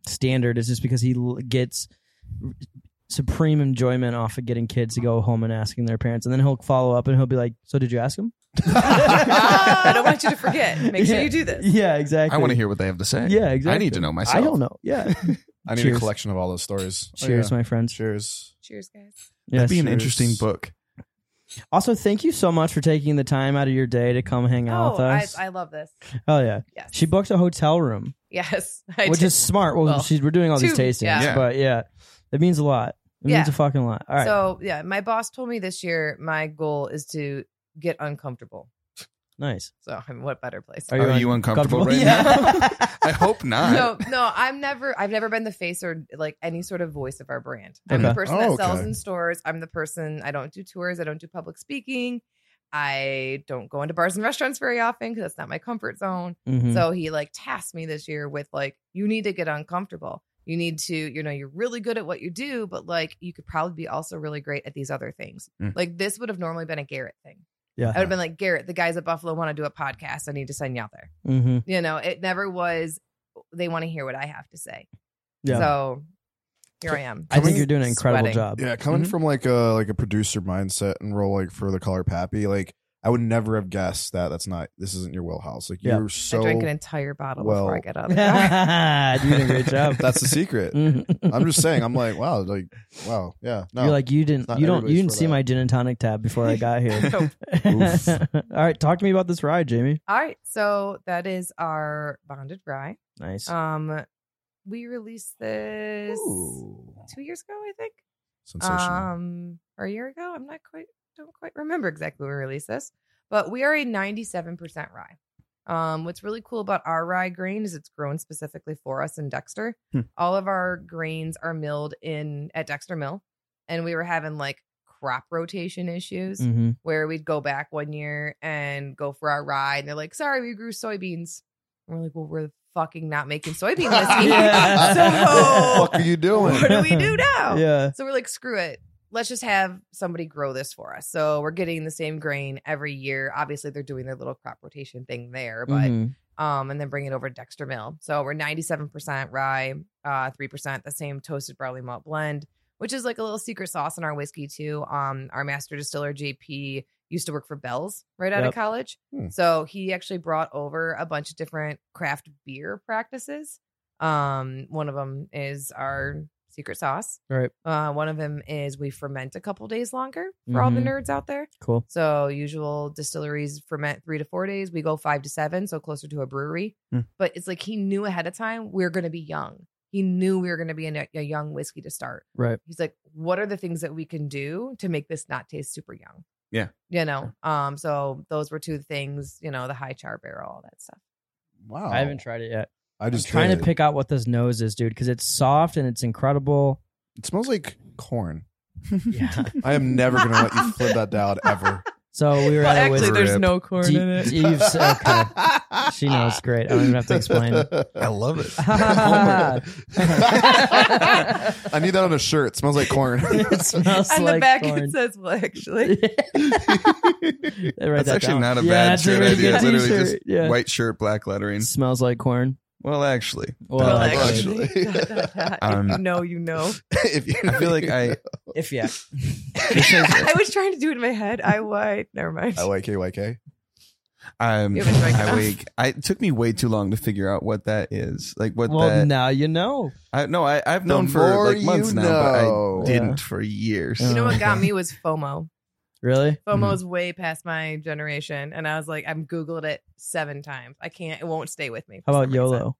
A: standard. It's just because he l- gets supreme enjoyment off of getting kids to go home and asking their parents, and then he'll follow up and he'll be like, "So did you ask him?"
D: I don't want you to forget. Make sure
A: Yeah.
D: you do this.
A: Yeah, exactly.
B: I want to hear what they have to say.
A: Yeah, exactly.
B: I need to know myself. Oh,
A: I don't know. Yeah.
C: I need
A: Cheers.
C: a collection of all those stories. Oh,
A: Cheers,
C: yeah.
A: my friends.
C: Cheers.
D: Cheers, guys.
A: Yes.
B: That'd be an
C: Cheers.
B: interesting book.
A: Also, thank you so much for taking the time out of your day to come hang out
D: Oh,
A: with
D: I,
A: us.
D: I love this.
A: oh yeah,
D: Yes.
A: she booked a hotel room,
D: yes. I
A: which
D: did.
A: is smart. Well,
D: Well,
A: she's, we're doing all these
D: two,
A: tastings,
D: yeah.
B: Yeah.
A: but yeah, it means a lot. It means
D: Yeah.
A: a fucking lot. All right.
D: So yeah, my boss told me this year my goal is to get uncomfortable.
A: nice.
D: So I mean, what better place?
A: Are you
B: Are you uncomfortable,
A: comfortable?
B: right
A: Yeah.
B: now? I hope not.
D: no, no, I'm never. I've never been the face or like any sort of voice of our brand. I'm
A: Okay.
D: the person
C: Oh,
D: that sells
C: okay.
D: in stores. I'm the person. I don't do tours. I don't do public speaking. I don't go into bars and restaurants very often because that's not my comfort zone.
A: Mhm.
D: So he like tasked me this year with like, you need to get uncomfortable. You need to, you know, you're really good at what you do, but like you could probably be also really great at these other things.
B: Mm.
D: Like this would have normally been a Garrett thing.
A: Hmm. Yeah.
D: I would have been like, Garrett, the guys at Buffalo want to do a podcast. I need to send you out there.
A: Mm-hmm.
D: You know, it never was, they want to hear what I have to say.
A: Yeah.
D: So here I am.
A: I think you're doing an
D: Just
A: incredible
D: sweating.
A: job.
C: Yeah, coming
A: Mhm.
C: from like a like a producer mindset and role like for the color Pappy, like I would never have guessed that that's not this isn't your wheelhouse. Like
A: Yeah.
C: you're
D: I
C: so
D: drank an entire bottle before I
C: well-
D: get out of the car.
A: you did a great job.
C: that's the secret.
A: Mhm.
C: I'm just saying, I'm like, wow, like wow, yeah. No.
A: You're like you didn't
C: not
A: you don't you
C: everybody's
A: didn't
C: for
A: see
C: that.
A: my gin and tonic tab before I got here.
D: Nope.
A: All right, talk to me about this ride, Jamie.
D: All right. So that is our bonded rye.
A: Nice.
D: Um, we released this
C: Ooh.
D: two years ago, I think.
C: sensational.
D: Um, or a year ago. I'm not quite don't quite remember exactly when we released this, but we are a 97% rye. Um, what's really cool about our rye grain is it's grown specifically for us in Dexter.
B: Hmm.
D: All of our grains are milled in at Dexter Mill, and we were having like crop rotation issues
A: hmm
D: where we'd go back one year and go for our ride, and they're like, "Sorry, we grew soybeans." And we're like, "Well, we're fucking not making soybean this year,
A: Yeah.
D: so
C: what the fuck are you doing?
D: what do we do now?"
A: Yeah.
D: So we're like, "Screw it, let's just have somebody grow this for us." So we're getting the same grain every year. Obviously, they're doing their little crop rotation thing there, but
A: Mhm.
D: um, and then bring it over to Dexter Mill. So we're 97% rye, uh, 3%, the same toasted barley malt blend, which is like a little secret sauce in our whiskey too. Um, our master distiller, JP, used to work for Bell's right out
A: Yep.
D: of college.
C: Hmm.
D: So he actually brought over a bunch of different craft beer practices. Um, one of them is our secret sauce.
A: Right.
D: Uh, one of them is we ferment a couple days longer for all the
A: Mhm.
D: nerds out there.
A: Cool.
D: So usual distilleries ferment three to four days. We go five to seven, so closer to a brewery.
B: Hmm.
D: But it's like he knew ahead of time we are going to be young. He knew we were going to be in a, a young whiskey to start.
A: Right.
D: He's like, what are the things that we can do to make this not taste super young?
B: Yeah.
D: You know, um, so those were two things, you know, the high char barrel, all that stuff.
C: wow.
A: I haven't tried it yet. I'm
C: I Oh. just
A: trying
C: did.
A: to pick out what this nose is, dude, because it's soft and it's incredible.
C: It smells like corn.
A: Yeah.
C: I am never gonna let you flip that down ever.
A: So we were at a whiskey.
B: Rip.
D: no corn
A: Do you- do you- okay. She knows. Great. I don't even have to explain it.
B: I love it.
C: Oh Homer. I need that on a shirt. It smells like corn.
A: It smells
D: On
A: like
D: the back
A: corn.
D: it says, well, actually,
A: Write
B: That's
A: that
B: actually
A: down.
B: not a
A: Yeah,
B: bad
A: that's
B: shirt
A: really
B: idea.
A: good
B: It's literally
A: t-shirt.
B: just
A: Yeah.
B: white shirt, black lettering.
A: Smells like corn.
B: Well, actually,
A: Well,
B: Well,
A: actually,
B: actually.
D: Dot, dot, dot.
B: Um,
D: you know, you know.
C: if you,
B: I feel like I.
A: if yeah,
D: I was trying to do it in my head. I why? Never mind.
C: LYKYK.
B: Um,
D: You haven't drank
B: I
D: enough.
B: wake. I it took me way too long to figure out what that is. Like what
A: well
B: that.
A: now you know.
B: I no. I I've
C: The
B: known for
C: more
B: like months
C: you
B: now, but
C: know.
B: I didn't for years.
A: You
D: You know what
A: Oh,
D: got
A: okay. Mm-hmm.
D: me was FOMO.
A: Really?
D: FOMO is way past my generation, and I was like, I've googled it seven times. I can't. It won't stay with me. for
A: How about
D: some reason.
A: YOLO?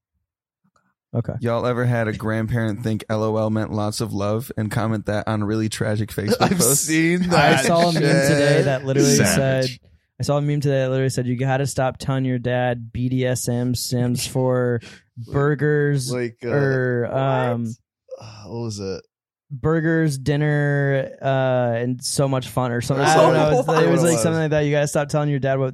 A: Okay.
B: Y'all ever had a grandparent think LOL meant lots of love and comment that on really tragic Facebook posts?
C: seen
A: I saw a meme today that literally
B: Savage.
A: said. I saw a meme today that literally said you got to stop telling your dad BDSM sims for burgers
C: like uh,
A: or um
C: uh, what was it?
A: burgers, dinner, uh, and so much fun or something.
C: Or
A: I don't know. It
D: something.
A: was, it was
C: What it
A: like
C: was.
A: something like that. You gotta stop telling your dad what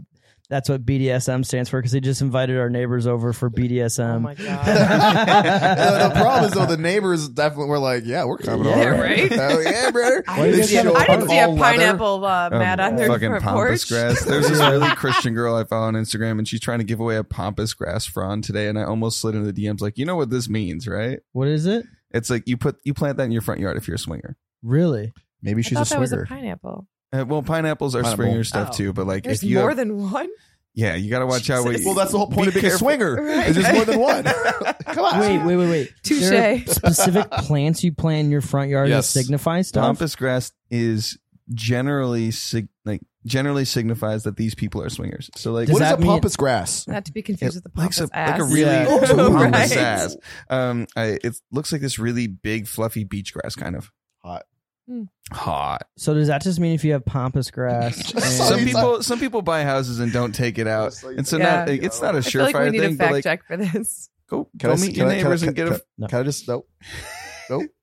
A: that's what BDSM stands for because he just invited our neighbors over for
D: Oh
A: BDSM.
D: my god.
C: uh, the, the problem is though the neighbors definitely were like, yeah, we're coming
A: Yeah,
C: over.
D: right?
C: Hell yeah, brother.
A: Why
D: I
A: did
D: didn't
A: they
D: see, a,
A: show
D: I didn't see a
C: all leather?
D: pineapple uh, mat on their
B: Um, fucking
D: front
B: pompous
D: porch.
B: grass. There's this really Christian girl I follow on Instagram, and she's trying to give away a pompous grass frond today. And I almost slid into the DMs like, you know what this means, right?
A: What is it?
B: It's like you put you plant that in your front yard if you're a swinger.
A: Really?
C: Maybe
D: I thought that was a pineapple.
B: Uh, well, pineapples are
C: Pineapple.
B: swinger stuff
D: Oh.
B: too, but like
D: There's
B: if you
D: more
B: have-
D: than one.
B: yeah, you gotta watch out. What
D: Jesus.
B: you,
C: Well, that's the whole point
B: Be
C: of being a
B: careful.
C: swinger.
D: Right.
C: Is there's more than one. Come on.
A: Wait, wait, wait, wait. There are
D: Touche.
A: specific plants you plant in your front yard
C: Yes.
A: that signify stuff.
B: pompous grass is generally sig- like generally signifies that these people are swingers. So like
A: Does
C: what is
A: that
C: a
A: mean-
C: pompous grass?
D: Not to be confused with the
B: like,
D: pompous
B: some- like
D: ass.
B: a really
A: Yeah.
B: pompous
D: Right.
B: ass. Um, I, it looks like this really big, fluffy beach grass, kind of
C: Hot.
D: Hmm.
B: Hot.
A: So does that just mean if you have pompous grass? and-
C: So
B: some
C: you-
B: people, some people buy houses and don't take it out,
C: Just like
B: and so
D: Yeah.
B: not, like, it's not a
D: I feel
B: surefire
D: like we need
B: thing.
D: a
B: But
D: fact
B: like,
D: check for this.
B: go,
C: Can
B: go
C: I s-
B: meet
C: can
B: your
C: I- can I-
B: neighbors and
C: can
B: get
C: I-
B: a.
A: No.
C: Can I just no?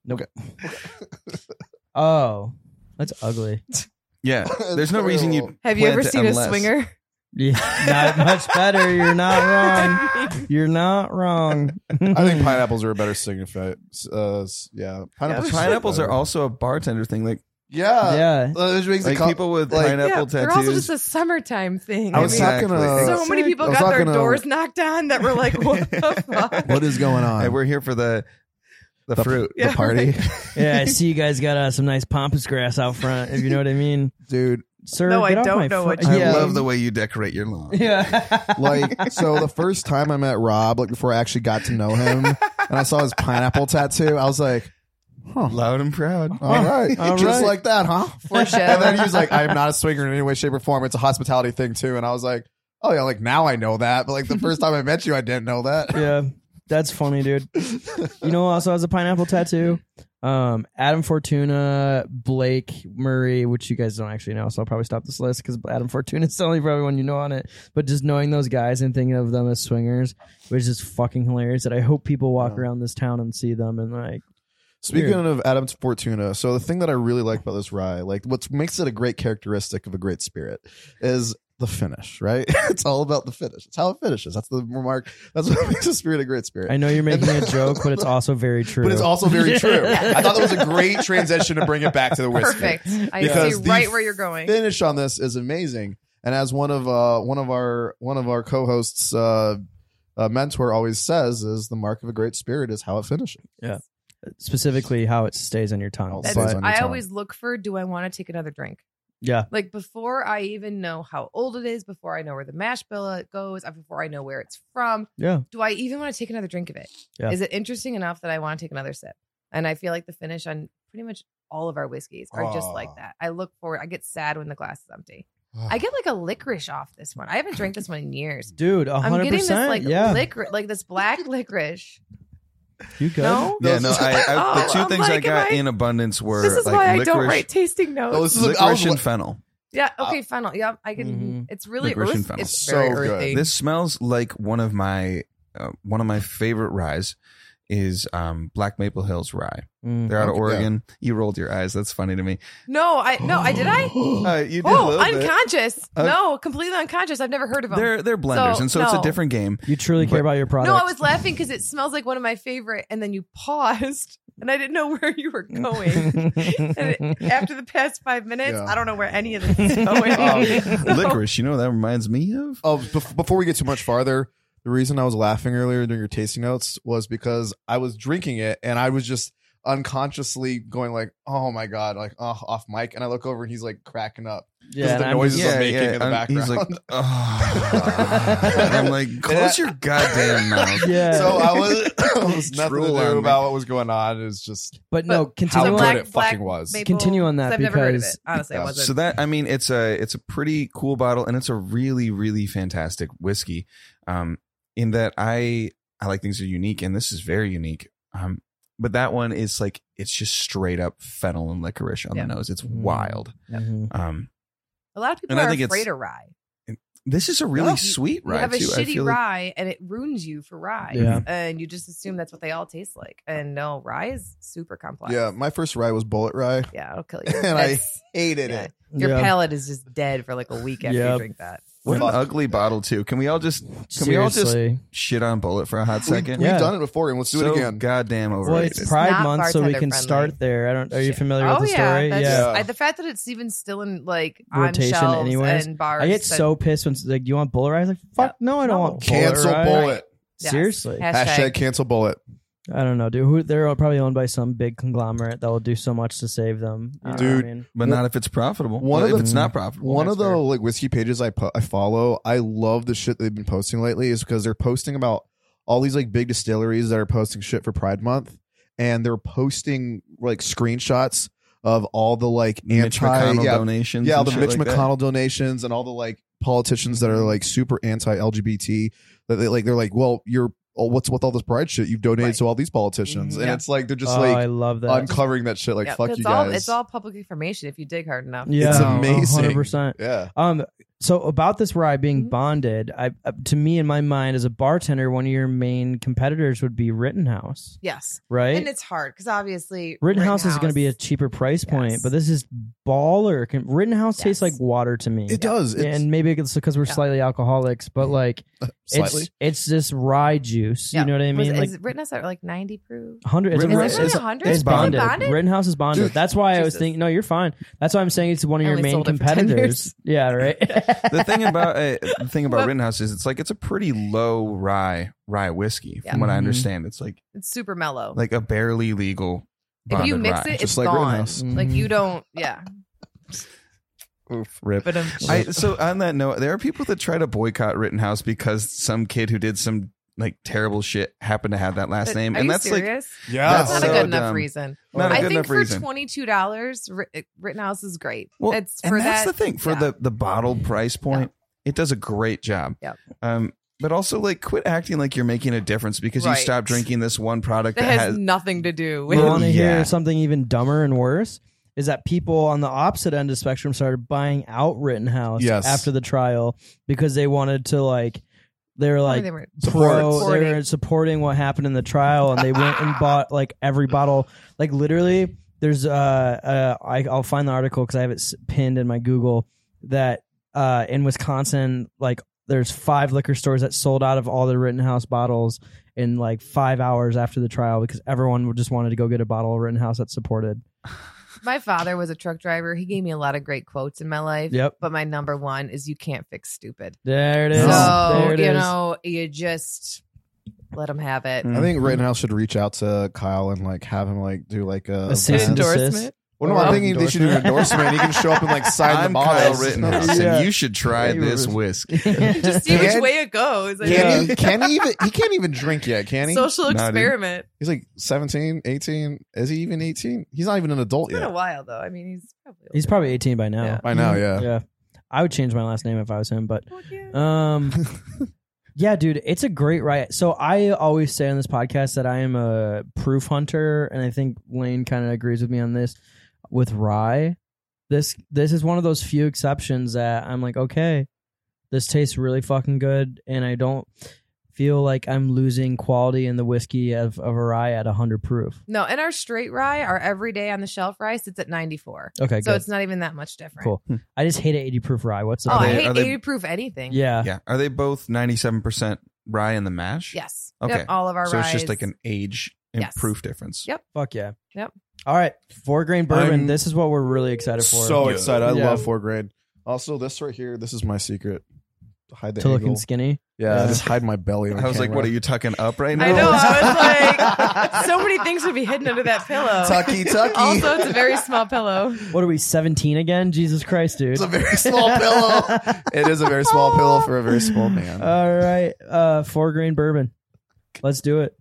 C: Nope.
A: oh, that's ugly. Oh,
B: Yeah, there's no reason you.
D: Have you ever
B: plant it
D: seen a
B: unless-
D: swinger?
A: Yeah, not much better. You're not wrong. You're not wrong.
C: I think pineapples are a better signify. Uh, s- yeah,
B: Pineapples,
C: pineapples.
B: pineapples are
C: better.
B: also a bartender thing. Like,
C: Yeah,
A: yeah.
C: Uh, it makes it
B: like
C: co-
B: people with
C: like-
B: pineapple
D: yeah, They're also just
B: tattoos.
D: a summertime thing.
C: I was
D: I mean,
B: Exactly.
C: talking to
D: so
B: Exactly.
D: many people
C: Uh, I was
D: got their
C: talking to-
D: doors knocked on that were like, "What the fuck?"
C: What is going on?
B: And we're here for the the,
C: The-
B: fruit,
D: Yeah,
B: the party.
A: Yeah, I see you guys got uh, some nice pampas grass out front, if you know what I mean.
C: dude.
A: Sir,
D: No, I
A: get off
D: don't
A: my
D: know
A: fu-
D: what
B: I
D: Yeah.
B: love the way you decorate your lawn.
A: Yeah.
C: Like, so the first time I met Rob, like before I actually got to know him, and I saw his pineapple tattoo, I was like, huh. Oh,
B: Loud and proud.
C: All right,
A: All
C: just
A: right.
C: like that, huh? And then
D: Foreshadowing.
C: he was like, "I am not a swinger in any way, shape, or form. It's a hospitality thing too." And I was like, "Oh yeah, like now I know that, but like the first time I met you, I didn't know that."
A: yeah. That's funny, dude. You know who also has a pineapple tattoo? Um, Adam Fortuna, Blake Murray, which you guys don't actually know, so I'll probably stop this list because Adam Fortuna is the only probably one you know on it. But just knowing those guys and thinking of them as swingers was just fucking hilarious. That I hope people walk
C: Yeah.
A: around this town and see them and like,
C: Speaking
A: Weird.
C: of Adam's Fortuna, so the thing that I really like about this rye, like what makes it a great characteristic of a great spirit, is the finish. Right? It's all about the finish. It's how it finishes. That's the remark. That's what makes a spirit a great spirit.
A: I know you're making a joke, but it's also very true.
C: But it's also very true. I thought that was a great transition to bring it back to the whiskey.
D: Perfect. I
C: Because
D: see
C: the
D: right where you're going.
C: finish on this is amazing. And as one of uh, one of our one of our co-hosts, uh, uh, mentor always says, is the mark of a great spirit is how it finishes.
A: specifically how it stays on your tongue.
C: That's-
A: But-
C: on your
D: I
C: tongue.
D: always look for do I want to take another drink?
A: yeah,
D: Like before I even know how old it is, before I know where the mash bill goes, uh, before I know where it's from,
A: yeah,
D: do I even want to take another drink of it? Is
A: Yeah.
D: it interesting enough that I want to take another sip? And I feel like the finish on pretty much all of our whiskeys are just like
C: Oh.
D: that. I look forward. I get sad when the glass is empty. I get like a licorice off this one. I haven't drank this one in years.
A: dude,
D: I'm
A: hundred
D: getting this
A: percent.
D: like
A: yeah,
D: licorice, like this black licorice.
A: you good?
D: No,
B: Yeah, no. I, I,
D: Oh,
B: the two
D: I'm
B: things I
D: like, am
B: got
D: I-
B: in abundance were
D: this is
B: like
D: why
B: licorice,
D: I don't write tasting notes.
C: Oh, this is I was
B: licorice
C: li-
B: and fennel.
D: Yeah. Okay. Fennel. Yeah. I can.
A: Mhm.
D: It's really
B: Mm-hmm. Licorice and
D: earth.
B: fennel.
D: It's
C: So
D: very
C: good.
D: earthy.
B: This smells like one of my uh, one of my favorite ryes is um, Black Maple Hills rye.
A: Mm.
B: They're out of
C: Okay.
B: Oregon. You rolled your eyes. That's funny to me.
D: no. I no. I did
B: Uh,
D: I.
B: you did a
D: Oh,
B: little bit.
D: unconscious.
B: Uh,
D: no, completely unconscious. I've never heard of them.
B: They're they're blenders,
D: So,
B: and so it's a
D: no.
B: different game.
A: You truly care
B: But-
A: about your product.
D: No, I was laughing because it smells like one of my favorite, and then you paused, and I didn't know where you were going. and it- after the past five minutes,
C: Yeah.
D: I don't know where any of this is going. So-
B: Um, Licorice. You know what that reminds me of.
C: Oh, bef- before we get too much farther, the reason I was laughing earlier during your tasting notes was because I was drinking it and I was just unconsciously going like, "Oh my god!" Like oh, off mic, and I look over and he's like cracking up.
A: yeah,
C: the
A: and I'm
C: noises
A: just-
C: of- making in the
B: I'm- He's like,
C: background.
B: oh. And I'm like, close your goddamn mouth.
A: yeah.
C: So uh, I was, I was nothing
B: Drool
C: to
B: on
C: do
B: me.
C: about what was going on. It was just
A: but no,
D: But
A: continue on.
C: how good
D: black-
C: it
D: black
C: fucking was.
D: Maple-
A: Continue on that
D: I've never heard of
A: because-
D: it. Honestly, I wasn't.
B: So that I mean, it's a it's a pretty cool bottle, and it's a really really fantastic whiskey. Um, in that I I like things that are unique, and this is very unique. Um, but that one is like it's just straight up fennel and licorice on
D: Yeah.
B: the nose. It's
A: Mm.
B: wild.
A: Mhm.
B: Um,
D: a lot of people
B: and I
D: are
B: think it's-
D: afraid of rye.
B: this is a really
C: Yeah.
B: sweet
D: You
B: rye
D: have a
B: too. I
D: shitty
B: feel like-
D: rye, and it ruins you for rye.
A: Yeah.
D: And you just assume that's what they all taste like. And no, rye is super complex.
C: yeah. My first rye was bullet rye.
D: yeah, it'll kill you.
C: And I
D: That's-
C: Hated
D: yeah.
C: it.
D: Your
A: Yeah.
D: palate is just dead for like a week after
A: Yep.
D: you drink that.
B: what an
C: Fuck.
B: ugly bottle too. Can we all just Can we all just-
A: Seriously.
B: shit on Bullet for a hot second?
C: We've
A: Yeah.
C: done it before, and let's do
B: so
C: it again.
B: goddamn
A: Well,
B: overrated.
A: it's
D: It's
A: Pride
D: not
A: Month, so we
D: bartender
A: can
D: friendly.
A: start there. I don't. Are you
D: Shit.
A: familiar
D: oh,
A: with the
D: yeah,
A: story?
D: That's,
A: Yeah.
D: I, the fact that it's even still in like
A: Rotation
D: on shelves
A: anyways.
D: and bars.
A: I get
D: that-
A: so pissed when it's like, "Do you want bull rye?" I was like, "Fuck, no, I don't
D: No.
A: want bull
C: Cancel
A: rye."
C: bullet.
D: Yes.
A: Seriously,
D: Hashtag,
C: Hashtag cancel bullet.
A: I don't know, dude. Who, they're probably owned by some big conglomerate that will do so much to save them. You know what I
C: Dude,
A: mean?
B: but not if it's profitable.
C: One
B: Well,
C: of
B: if
C: the-
B: it's not profitable.
C: One
B: that's
C: of the
B: fair.
C: like whiskey pages I po- I follow, I love the shit they've been posting lately is because they're posting about all these like big distilleries that are posting shit for Pride Month, and they're posting like screenshots of all the like
B: Mitch
C: anti
B: McConnell
C: yeah
B: donations.
C: yeah all
B: and
C: the
B: shit
C: Mitch
B: like that.
C: McConnell donations and all the like politicians that are like super anti LGBT that they like they're like well you're oh, what's with all this Pride shit you've donated
D: Right.
C: to all these politicians
D: Mhm.
C: and
D: Yeah.
C: it's like they're just
A: oh, I
C: like
A: love that.
C: uncovering that shit like
D: Yeah,
C: fuck
D: it's
C: you
D: all
C: guys
D: it's all public information if you dig hard enough.
A: yeah,
C: it's amazing.
A: Hundred percent.
C: yeah
A: Um, so about this rye being
D: Mhm.
A: bonded, I uh, to me in my mind as a bartender, one of your main competitors would be Rittenhouse,
D: Yes.
A: right?
D: And it's hard because obviously
A: Rittenhouse, is going to be a
D: Rittenhouse-
A: cheaper price point,
D: Yes.
A: but this is baller. Con- Rittenhouse tastes like
D: Yes.
A: water to me.
C: It does. It's Mm-hmm.
A: and maybe it's because we're
D: Yeah.
A: slightly alcoholics, but like
C: slightly.
A: it's it's this rye juice.
D: Yeah.
A: You know what I
D: Was,
A: mean? like
D: is Rittenhouse at like 90 proof?
A: 100 it's,
B: Ri-
D: Is
B: Ri-
D: it really
A: it's,
D: 100?
A: it's
D: Is it
A: bonded. Rittenhouse is bonded.
C: Dude,
A: That's why I was
D: Jesus.
A: thinking. No, you're fine. That's why I'm saying it's one of
D: I
A: your
D: only
A: main
D: sold it for 10
A: competitors.
D: years.
A: Yeah, right.
B: the thing about uh, the thing about
D: Well-
B: Rittenhouse is it's like it's a pretty low rye rye whiskey from
D: Yeah.
B: what I
A: Mhm.
B: understand. It's like
D: It's super mellow.
B: like a barely legal.
D: if you
B: bonded
D: mix
B: rye.
D: it, it's
C: Just like
D: gone.
C: Rittenhouse.
D: Like
A: Mhm.
D: you don't, yeah.
B: rip.
D: But um,
B: I, so on that note, there are people that try to boycott Rittenhouse because some kid who did some like terrible shit happened to have that last
D: but
B: name,
D: are
B: and
D: you
B: that's like
D: serious?
C: yeah,
D: that's not
B: so
D: a good enough
B: dumb.
D: reason.
B: not a
D: I
B: good
D: think
B: enough
D: for
B: reason.
D: twenty two dollars, Rittenhouse is great.
B: Well,
D: it's
B: and
D: for
B: that's
D: that.
B: the thing for
D: yeah.
B: the the bottled price point, it does a great job.
D: Yep.
B: Um, but also like quit acting like you're making a difference because
D: Right.
B: you stop drinking this one product
D: that
B: that,
D: has,
B: has.
D: nothing to do with.
A: you want to
B: Yeah.
A: hear something even dumber and worse? Is that people on the opposite end of the spectrum started buying out Rittenhouse
C: Yes.
A: after the trial because they wanted to like they were
D: I mean,
A: like
D: they were-
A: pro
D: Supporting.
A: they were supporting what happened in the trial and they went and bought like every bottle like literally there's uh, uh I, i'll find the article because i have it s- pinned in my google that uh in wisconsin like there's five liquor stores that sold out of all the rittenhouse bottles in like five hours after the trial because everyone just wanted to go get a bottle of rittenhouse that's supported
D: my father was a truck driver. He gave me a lot of great quotes in my life.
A: yep
D: But my number one is you can't fix stupid.
A: there it is
D: So
A: there it is.
D: you know, you just let them have it.
B: Mm.
C: I think Rittenhouse should reach out to Kyle and like have him like do like a,
A: A cease and
C: event.
A: desist.
C: Well, no, I'm thinking they should do an endorsement. He can show up and like sign
B: I'm
C: the
B: Kyle
C: bottle.
B: Rittenhouse,
A: Yeah.
B: and you should try
A: Yeah.
B: this whisk.
D: Just see which
C: Can-
D: way it goes. I
C: Can
D: mean,
C: he, can he even? He can't even drink yet. Can he?
D: Social
B: Nah, dude.
D: experiment.
C: He's like 17, 18. Is he even 18? He's not even an adult
D: It's been a
C: yet.
D: while though. I mean, he's probably
A: he's
D: older.
A: probably 18 by now
D: Yeah.
C: By now, yeah.
A: yeah i would change my last name if i was him but
D: Fuck yeah.
A: Um, yeah, dude, it's a great riot. So I always say on this podcast that I am a proof hunter, and I think Lane kind of agrees with me on this. With rye, this this is one of those few exceptions that I'm like, okay, this tastes really fucking good, and I don't feel like I'm losing quality in the whiskey of, of a rye at 100 proof.
D: No, and our straight rye, our everyday on the shelf rye, sits at 94.
A: Okay,
D: so
A: good.
D: it's not even that much different.
A: Cool.
C: Hmm.
A: I just hate an 80 proof rye. What's
D: Oh,
A: the
D: I
A: point?
B: they-
D: hate
B: are they-
D: 80 proof anything.
A: yeah.
B: Yeah, are they both ninety-seven percent rye in the mash?
D: Yes.
B: Okay.
D: Yep, all of our
B: so it's just
D: ryes.
B: like an age and
D: Yes.
B: proof difference.
D: Yep.
A: Fuck yeah.
D: Yep.
A: All right, four grain bourbon.
C: I'm
A: this is what we're really excited for.
C: So
B: Yeah.
C: excited! I
A: Yeah.
C: love four grade. Also, this right here, this is my secret. Hide the
A: to looking
C: angle.
A: skinny.
C: yeah,
A: Yeah.
C: just hide my belly. On
B: I was like,
C: camera.
B: "What are you tucking up right now?"
D: I know. I was like, so many things would be hidden under that pillow.
C: Tucky, tucky.
D: Uh, Also, it's a very small pillow.
A: What are we, 17 again? Jesus Christ, dude.
C: It's a very small pillow. It is a very small pillow for a very small man.
A: All right. Uh, four grain bourbon. Let's do it.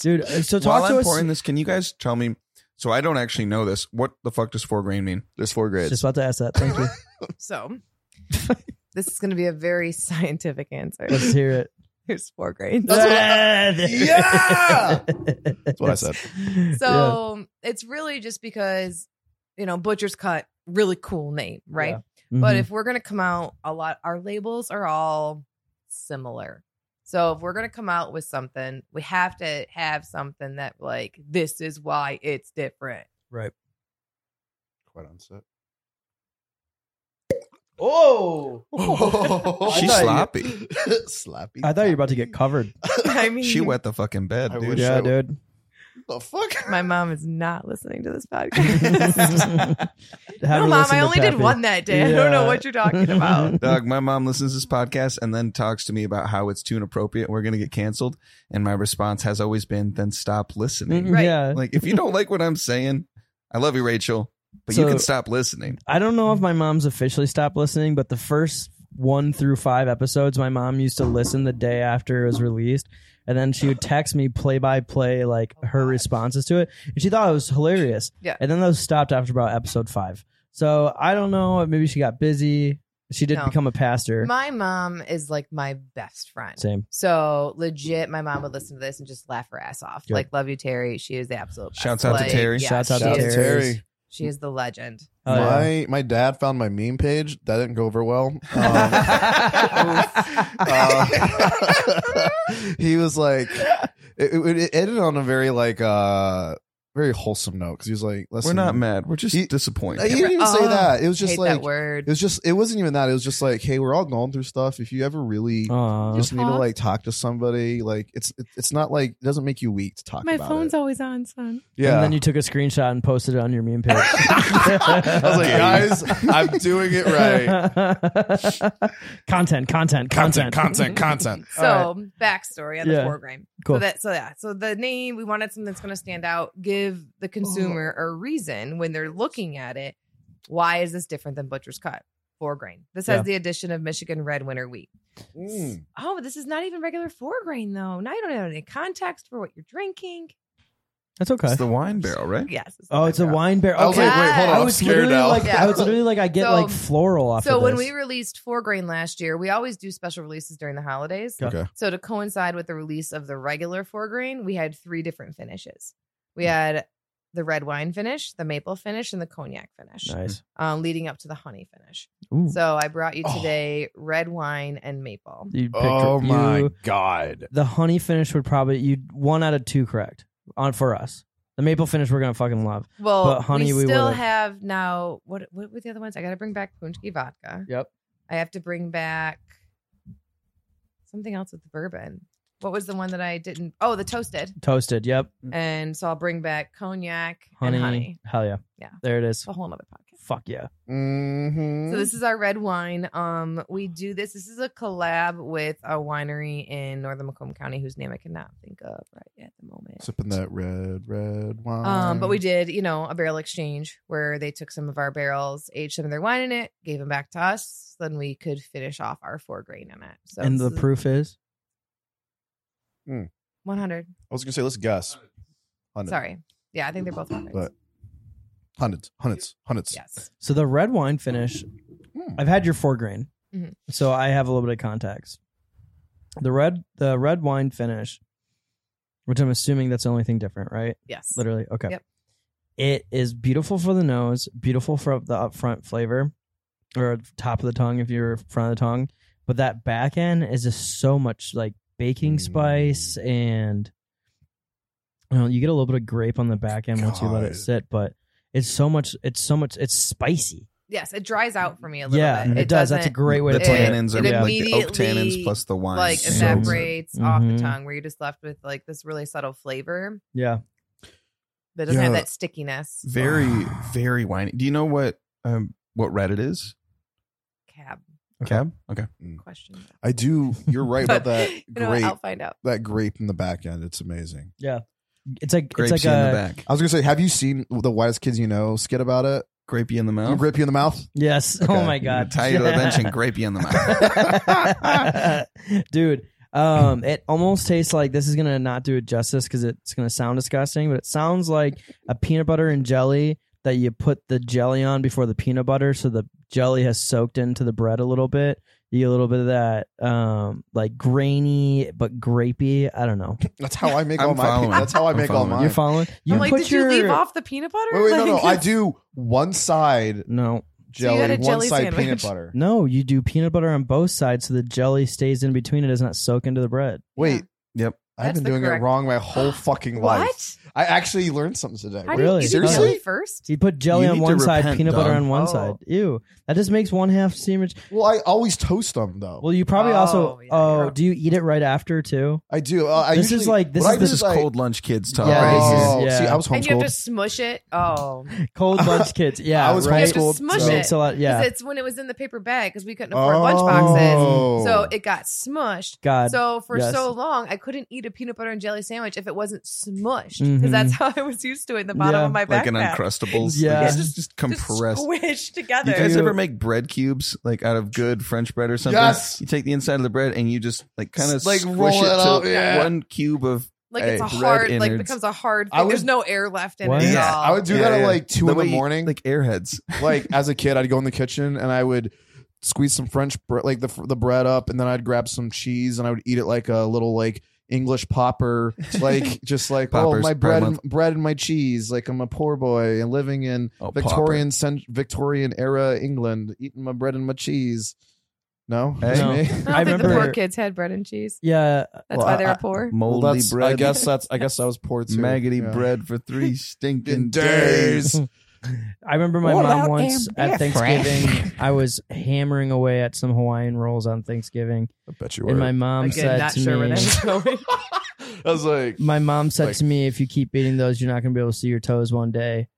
A: Dude, uh, so talk
B: While
A: to
B: I'm
A: us.
B: pouring this, can you guys tell me? So I don't actually know this. What the fuck does four grain mean?
C: There's four grades.
A: Just about to ask that. Thank you.
D: So, this is going to be a very scientific answer.
A: Let's hear it.
D: There's four grains.
A: yeah. That's
C: what I said.
D: So, it's really just because, you know, Butcher's Cut, really cool name, right?
A: Mm-hmm.
D: But if we're going to come out a lot, our labels are all similar. So if we're going to come out with something, we have to have something that, like, this is why it's different.
A: right.
C: Quite on set.
A: Oh.
B: She's
A: I thought
B: sloppy.
C: sloppy.
A: I thought you were about to get covered.
D: I mean,
B: She wet the fucking bed,
C: I
B: dude.
C: wish
A: Yeah,
C: so.
A: dude.
C: The fuck?
D: my mom is not listening to this podcast.
A: Have
D: no,
A: her
D: mom,
A: listen
D: I
A: to
D: only did
A: Taffy.
D: one that day. I don't know
A: Yeah.
D: what you're talking about.
B: Dog, my mom listens to this podcast and then talks to me about how it's too inappropriate. We're gonna get canceled. And my response has always been, "Then stop listening."
D: Right.
A: Yeah.
B: like if you don't like what I'm saying, I love you, Rachel, but you
A: So-
B: can stop listening.
A: I don't know if my mom's officially stopped listening, but the first one through five episodes, my mom used to listen the day after it was released. And then she would text me play by play, like her responses to it. And she thought it was hilarious.
D: Yeah.
A: And then those stopped after about episode five. So I don't know. Maybe she got busy. She did
D: No.
A: become a pastor.
D: My mom is like my best friend.
A: Same.
D: So legit, my mom would listen to this and just laugh her ass off.
A: Good.
D: Like, love you, Terry. She is the absolute. best.
B: Shouts out to
D: Like,
B: Terry.
D: yeah,
A: Shouts out
D: she
A: to
D: is-
A: Terry.
D: She is the legend.
A: Oh, yeah.
C: my my dad found my meme page. That didn't go over well. Um, uh, he was like, it, it, it ended on a very like uh very wholesome note because he was like,
B: We're
C: "Listen,
B: not mad. We're just
C: He-
B: disappointed.
C: He didn't even say
D: Oh,
C: that. It was just
D: Hate
C: like
D: that word.
C: it was just it wasn't even that. It was just like, hey, we're all going through stuff. If you ever really
A: Aw.
C: just need to
D: Talk.
C: like talk to somebody, like it's it, it's not like it doesn't make you weak to talk.
D: My
C: about
D: phone's
C: it.
D: always on, son.
C: yeah.
A: And then you took a screenshot and posted it on your meme page.
C: I was like, guys, I'm doing it right.
A: content, content, content,
C: content, content.
D: So backstory on the
A: Yeah.
D: foreground.
A: Cool.
D: So that so yeah. So the name we wanted something that's going to stand out, give the consumer a reason when they're looking at it. Why is this different than Butcher's Cut? Four grain. This has
A: Yeah.
D: the addition of Michigan red winter wheat.
C: Mm.
D: Oh, but this is not even regular four grain though. Now you don't have any context for what you're drinking.
A: That's okay.
B: It's the wine barrel, right?
D: Yes. it's
A: Oh,
D: not
A: it's a
D: bad.
A: wine barrel.
C: I was
A: Okay.
C: like, wait, hold on,
A: I
C: I'm
A: was
C: scared
A: literally
C: now.
A: like,
D: Yeah.
A: I was literally like, I get
D: So-
A: like floral off.
D: So
A: of
D: when
A: this.
D: we released four grain last year, we always do special releases during the holidays.
A: Okay.
C: Okay.
D: So to coincide with the release of the regular four grain, we had three different finishes. We had the red wine finish, the maple finish, and the cognac finish,
A: nice,
D: um, leading up to the honey finish.
A: Ooh,
D: So I brought you
C: Oh.
D: today red wine and maple.
A: you picked,
C: Oh my
A: you-
C: god.
A: the honey finish would probably you one out of two correct on for us. The maple finish we're gonna fucking love.
D: Well,
A: But honey,
D: we
A: we
D: still
A: would've-
D: have now. What what were the other ones? I got to bring back punchki vodka.
A: Yep.
D: I have to bring back something else with the bourbon. What was the one that I didn't? Oh, the toasted.
A: Toasted. Yep.
D: And so I'll bring back cognac
A: Mm. Honey.
D: and honey.
A: Hell yeah.
D: Yeah.
A: There it is.
D: It's a whole nother podcast.
A: Fuck yeah.
C: Mm-hmm.
A: Mm.
D: So this is our red wine. Um, we do this. This is a collab with a winery in northern Macomb County whose name I cannot think of right at the moment.
C: sipping that red, red wine.
D: Um, but we did, you know, a barrel exchange where they took some of our barrels, aged some of their wine in it, gave them back to us, then we could finish off our four grain in it. So
A: and the proof is
D: one hundred.
C: I was gonna say, let's guess. Hundred.
D: Sorry, yeah, I think they're both hundred.
C: But hundreds, hundreds, hundreds.
D: yes,
A: so the red wine finish.
C: Hmm.
A: I've had your four grain,
D: Mhm.
A: so I have a little bit of context. The red the red wine finish, which I'm assuming that's the only thing different, right?
D: yes,
A: Literally. Okay.
D: Yep.
A: It is beautiful for the nose, beautiful for the upfront flavor or top of the tongue if you're front of the tongue. But that back end is just so much like baking
C: Mm.
A: spice and you know, you get a little bit of grape on the back end once you let it
C: God.
A: sit, but it's so much it's so much it's spicy.
D: yes. It dries out for me a little
A: Yeah,
D: bit.
A: it, does. That's a
D: doesn't-
A: great way
B: the
A: to put it.
B: tannins
D: it
B: are like the oak
D: immediately,
B: tannins plus the wine.
D: like
C: So Mm-hmm.
B: good.
D: evaporates off the
A: Mhm.
D: tongue where you're just left with like this really subtle flavor
A: Yeah.
D: that doesn't have
C: Yeah.
D: that stickiness.
B: Very, very winey. Do you know what um what red it is?
D: Cab
B: Cab? Okay.
D: question.
C: I do. You're right about that
D: You know what?
C: grape.
D: I'll find out.
C: that grape in the back end. It's amazing.
A: It's like
B: Grapey
A: it's like
B: in the
A: a
B: back.
C: I was gonna say, have you seen the whitest kids you know skit about it?
B: Grapey in the
C: You
B: mouth.
C: grip you in the mouth.
A: yes. Oh
C: Okay.
A: my god.
B: Tie you to the bench and grapey in the mouth.
A: dude um it almost tastes like this is gonna not do it justice because it's gonna sound disgusting but it sounds like a peanut butter and jelly that you put the jelly on before the peanut butter so the jelly has soaked into the bread a little bit you get a little bit of that um like grainy but grapey i don't know
C: That's how I make
B: I'm
C: all my.
B: following.
C: That's how I
B: I'm
C: make all
B: following.
C: mine.
A: you're following you
D: I'm like,
A: put
D: did
A: your
D: you leave off the peanut butter?
C: Wait, wait, no, no.
D: Like-
C: I do one side
A: no
D: So you had
C: jelly,
D: a jelly
C: one side
D: sandwich.
C: peanut butter.
A: no you do peanut butter on both sides so the jelly stays in between it does not soak into the bread
C: Wait,
B: Yep.
C: I've
D: That's
C: been
D: the
C: doing
D: correct-
C: it wrong my whole fucking life.
D: What?
C: I actually learned something today.
D: How
A: Really?
D: do you, you
C: Seriously?
D: Jelly first?
A: you put jelly
B: You
A: on
B: need to
A: one side
B: repent,
A: peanut butter
B: Doug.
A: on one
D: Oh.
A: side ew that just makes one half seem rich
C: Well, I always toast them though.
A: Well, you probably
D: Oh,
A: also.
D: yeah,
A: oh,
D: you're-
A: do you eat it right after too?
C: I do. Uh, I
A: This is
C: usually,
A: like- this
C: what I
A: is-
C: do
A: this
B: This is
C: I-
B: cold lunch kids talk.
A: Yeah,
B: right
A: this
B: here.
A: is-
C: Oh,
A: yeah.
C: see, I was
D: And you have to
C: homeschooled.
D: smush it. Oh,
A: Cold lunch kids. Yeah,
C: I was
A: right.
D: You have
C: homeschooled.
D: to smush
A: That
D: it.
A: makes a lot. Yeah,
D: Because it's when it was in the paper bag because we couldn't afford lunch boxes.
C: Oh.
D: So it got smushed.
A: God.
D: So for
A: yes.
D: so long, I couldn't eat a peanut butter and jelly sandwich if it wasn't smushed because
A: Mhm.
D: that's how I was used to it in the bottom
A: Yeah.
D: of my
B: Like
D: backpack.
B: an uncrustables.
A: Yeah.
B: Like, it's just, just
D: Just
B: compressed.
D: squished
B: You
D: together.
B: guys
A: Ew.
B: ever make bread cubes like out of good French bread or something?
C: Yes.
B: You take the inside of the bread and you just like kind of
C: Like,
B: squish
C: roll
B: it,
C: it up,
B: to
C: yeah.
B: one cube of
D: like it's
B: Hey,
D: a
B: bread
D: hard, like
B: innards.
D: becomes a hard
C: I
D: thing. There's
C: would-
D: no air left in
A: What?
D: it. at
B: Yeah,
D: all.
C: I would do
B: Yeah,
C: that
B: yeah.
C: at like two in
B: way
C: the
B: you-
C: morning.
B: like airheads.
C: like as a kid, I'd go in the kitchen and I would squeeze some French bread, like the the bread up, and then I'd grab some cheese and I would eat it like a little like English popper, like just like oh
B: Poppers,
C: my
B: Pride
C: bread and,
B: Month.
C: bread and my cheese. Like I'm a poor boy and living in
B: Oh,
C: Victorian cent- Victorian era England, eating my bread and my cheese. No,
B: Hey.
C: Just
A: No.
C: me?
D: I don't
A: I
D: think the
A: remember-
D: poor kids had bread and cheese.
A: Yeah,
D: That's
B: Well,
D: why
B: I-
D: they were
B: I-
D: poor.
B: moldy
C: Well, that's-
B: bread.
C: I guess that's I guess I was poor too.
B: maggoty
C: Yeah.
B: bread for three stinking
C: In
B: days.
C: days.
A: I remember my
E: What
A: mom
E: about
A: once
E: them
A: at
E: beer fries?
A: Thanksgiving. I was hammering away at some Hawaiian rolls on Thanksgiving,
C: I bet you
A: and my
C: were.
A: mom
D: Again,
A: said
D: not
A: to
D: sure where
A: me,
D: that was going.
C: I was like,
A: "My mom said
C: Like-
A: to me, if you keep eating those, you're not going to be able to see your toes one day."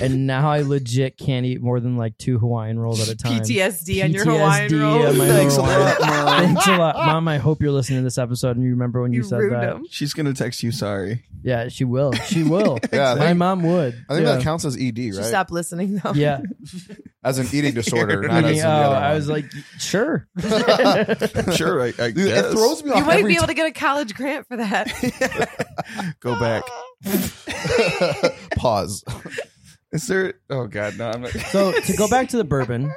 A: and now I legit can't eat more than like two Hawaiian rolls at a time.
D: PTSD on your
A: PTSD
D: Hawaiian
A: on
D: rolls.
A: my
B: Thanks a
A: Hawaiian-
B: lot, mom.
A: Thanks a lot, mom. I hope you're listening to this episode and you remember when you,
D: You
A: said
D: ruined
A: that.
D: them.
B: She's gonna text you sorry.
A: Yeah, she will. She will.
C: yeah, I
A: my
C: think,
A: mom would.
C: I think
A: yeah.
C: that counts as ED, right?
D: She stopped listening though.
A: yeah.
C: As an eating disorder,
A: I
C: not
A: mean,
C: as
A: oh,
C: the other
A: I
C: one.
A: was like, sure.
B: Sure, I, I
C: Dude,
B: guess.
C: it throws me off.
D: You might
C: every
D: be able to get a college grant for that.
B: Go back.
C: to pause.
B: Is there? Oh God, no! I'm not.
A: So to go back to the bourbon.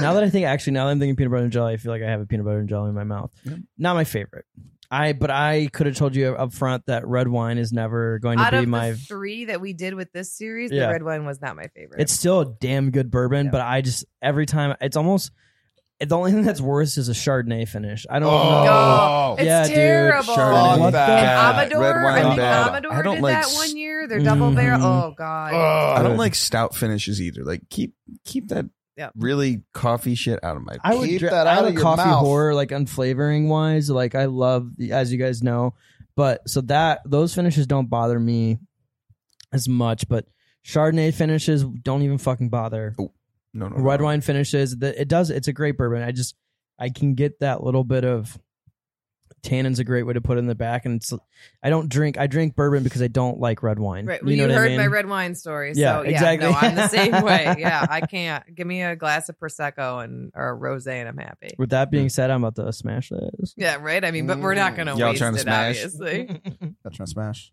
A: Now that I think, actually, now that I'm thinking peanut butter and jelly, I feel like I have a peanut butter and jelly in my mouth.
B: Yep.
A: Not my favorite. I but I could have told you up front that red wine is never going to
D: Out
A: be
D: of
A: my.
D: the three that we did with this series,
A: Yeah.
D: the red one was not my favorite.
A: It's still a damn good bourbon,
D: Yeah.
A: but I just every time it's almost. The only thing that's worse is a Chardonnay finish. I don't know.
D: Oh. It's
A: yeah,
D: terrible.
B: Oh,
A: dude. Chardonnay. Oh,
C: Fuck
A: What the-
C: that.
B: Uh,
D: Amador,
B: red wine,
D: I think
B: bad.
D: Amador
B: I don't
D: did
B: like
D: that
B: s-
D: one year. Their double
A: Mhm.
D: barrel. Oh god.
B: I don't like stout finishes either. Like keep keep that
D: Yep.
B: really coffee shit out of my.
A: I would
C: Keep
A: dri-
C: that
A: I'm
C: out
A: a
C: of your
A: coffee
C: mouth.
A: horror, like unflavoring wise. Like I love, the- as you guys know, but so that those finishes don't bother me as much. But Chardonnay finishes don't even fucking bother.
B: no, no, no,
A: Red
B: no.
A: wine finishes that it does. It's a great bourbon. I just I can get that little bit of tannin's a great way to put it in the back, and it's I don't drink. I drink bourbon because I don't like red wine.
D: Right. Well,
A: You
D: you,
A: know what
D: heard
A: I mean?
D: my red wine story.
A: Yeah,
D: so yeah,
A: exactly.
D: no, I'm the same way. Yeah, I can't. Give me a glass of prosecco and or a rosé, and I'm happy.
A: With that being said, I'm about to smash this.
D: Yeah, right. I mean, but we're not gonna
B: Y'all
D: waste
B: trying to
D: it.
B: smash?
D: Obviously,
C: That's trying to smash.